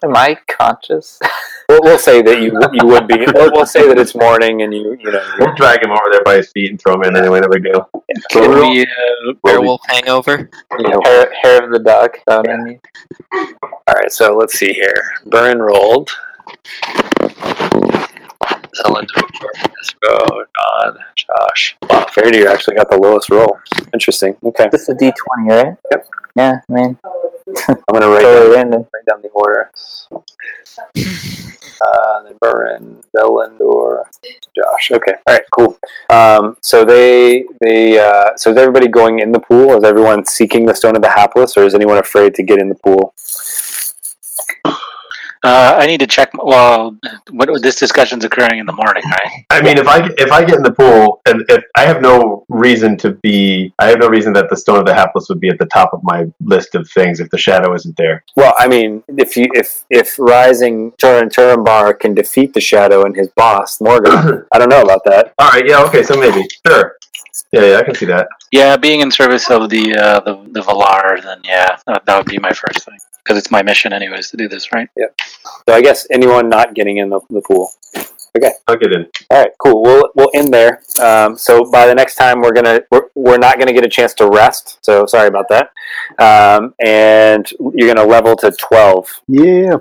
[SPEAKER 3] Am I conscious?
[SPEAKER 2] We'll, we'll say that you you would be. We'll, we'll say that it's morning and you you know.
[SPEAKER 6] we'll drag him over there by his feet and throw him in anyway, no big deal.
[SPEAKER 5] Can
[SPEAKER 4] Can
[SPEAKER 5] we-
[SPEAKER 4] we, uh,
[SPEAKER 5] werewolf hangover.
[SPEAKER 2] you know.
[SPEAKER 3] Hair, hair of the dog. thrown in you.
[SPEAKER 2] All right, so let's see here. Burn rolled. Let's go, Don, Josh. Wow, Faraday, you actually got the lowest roll. Interesting. Okay,
[SPEAKER 3] This is D twenty, right? Yep. Yeah, I mean,
[SPEAKER 2] I'm gonna write down,
[SPEAKER 3] totally random.
[SPEAKER 2] write down the order. Uh, then Burren, Delendor, Josh. Okay, all right, cool. Um, so they they uh, so is everybody going in the pool? Is everyone seeking the stone of the hapless, or is anyone afraid to get in the pool?
[SPEAKER 4] Uh, I need to check. Well, what this discussion's occurring in the morning, right?
[SPEAKER 6] I mean, if I if I get in the pool, and if I have no reason to be, I have no reason that the stone of the hapless would be at the top of my list of things if the shadow isn't there.
[SPEAKER 2] Well, I mean, if you if if rising Turin Turambar can defeat the shadow and his boss Morgan, I don't know about that.
[SPEAKER 6] All right, yeah, okay, so maybe sure. Yeah, yeah, I can see that.
[SPEAKER 4] Yeah, being in service of the uh, the the Valar, then yeah, that, that would be my first thing because it's my mission, anyways, to do this, right?
[SPEAKER 2] So I guess anyone not getting in the, the pool.
[SPEAKER 6] I'll get in.
[SPEAKER 2] All right, cool. We'll we'll end there. Um, so by the next time, we're gonna we're, we're not gonna get a chance to rest. So sorry about that. Um, and you're gonna level to twelve.
[SPEAKER 9] Yeah.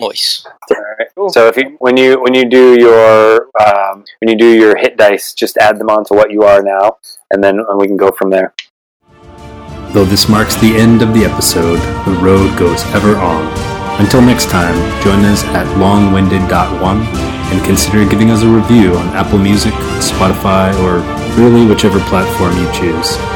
[SPEAKER 5] Nice.
[SPEAKER 2] All right.
[SPEAKER 8] Cool.
[SPEAKER 2] So if you when you when you do your um, when you do your hit dice, just add them onto what you are now, and then we can go from there.
[SPEAKER 10] Though this marks the end of the episode, the road goes ever on. Until next time, join us at longwinded.one and consider giving us a review on Apple Music, Spotify, or really whichever platform you choose.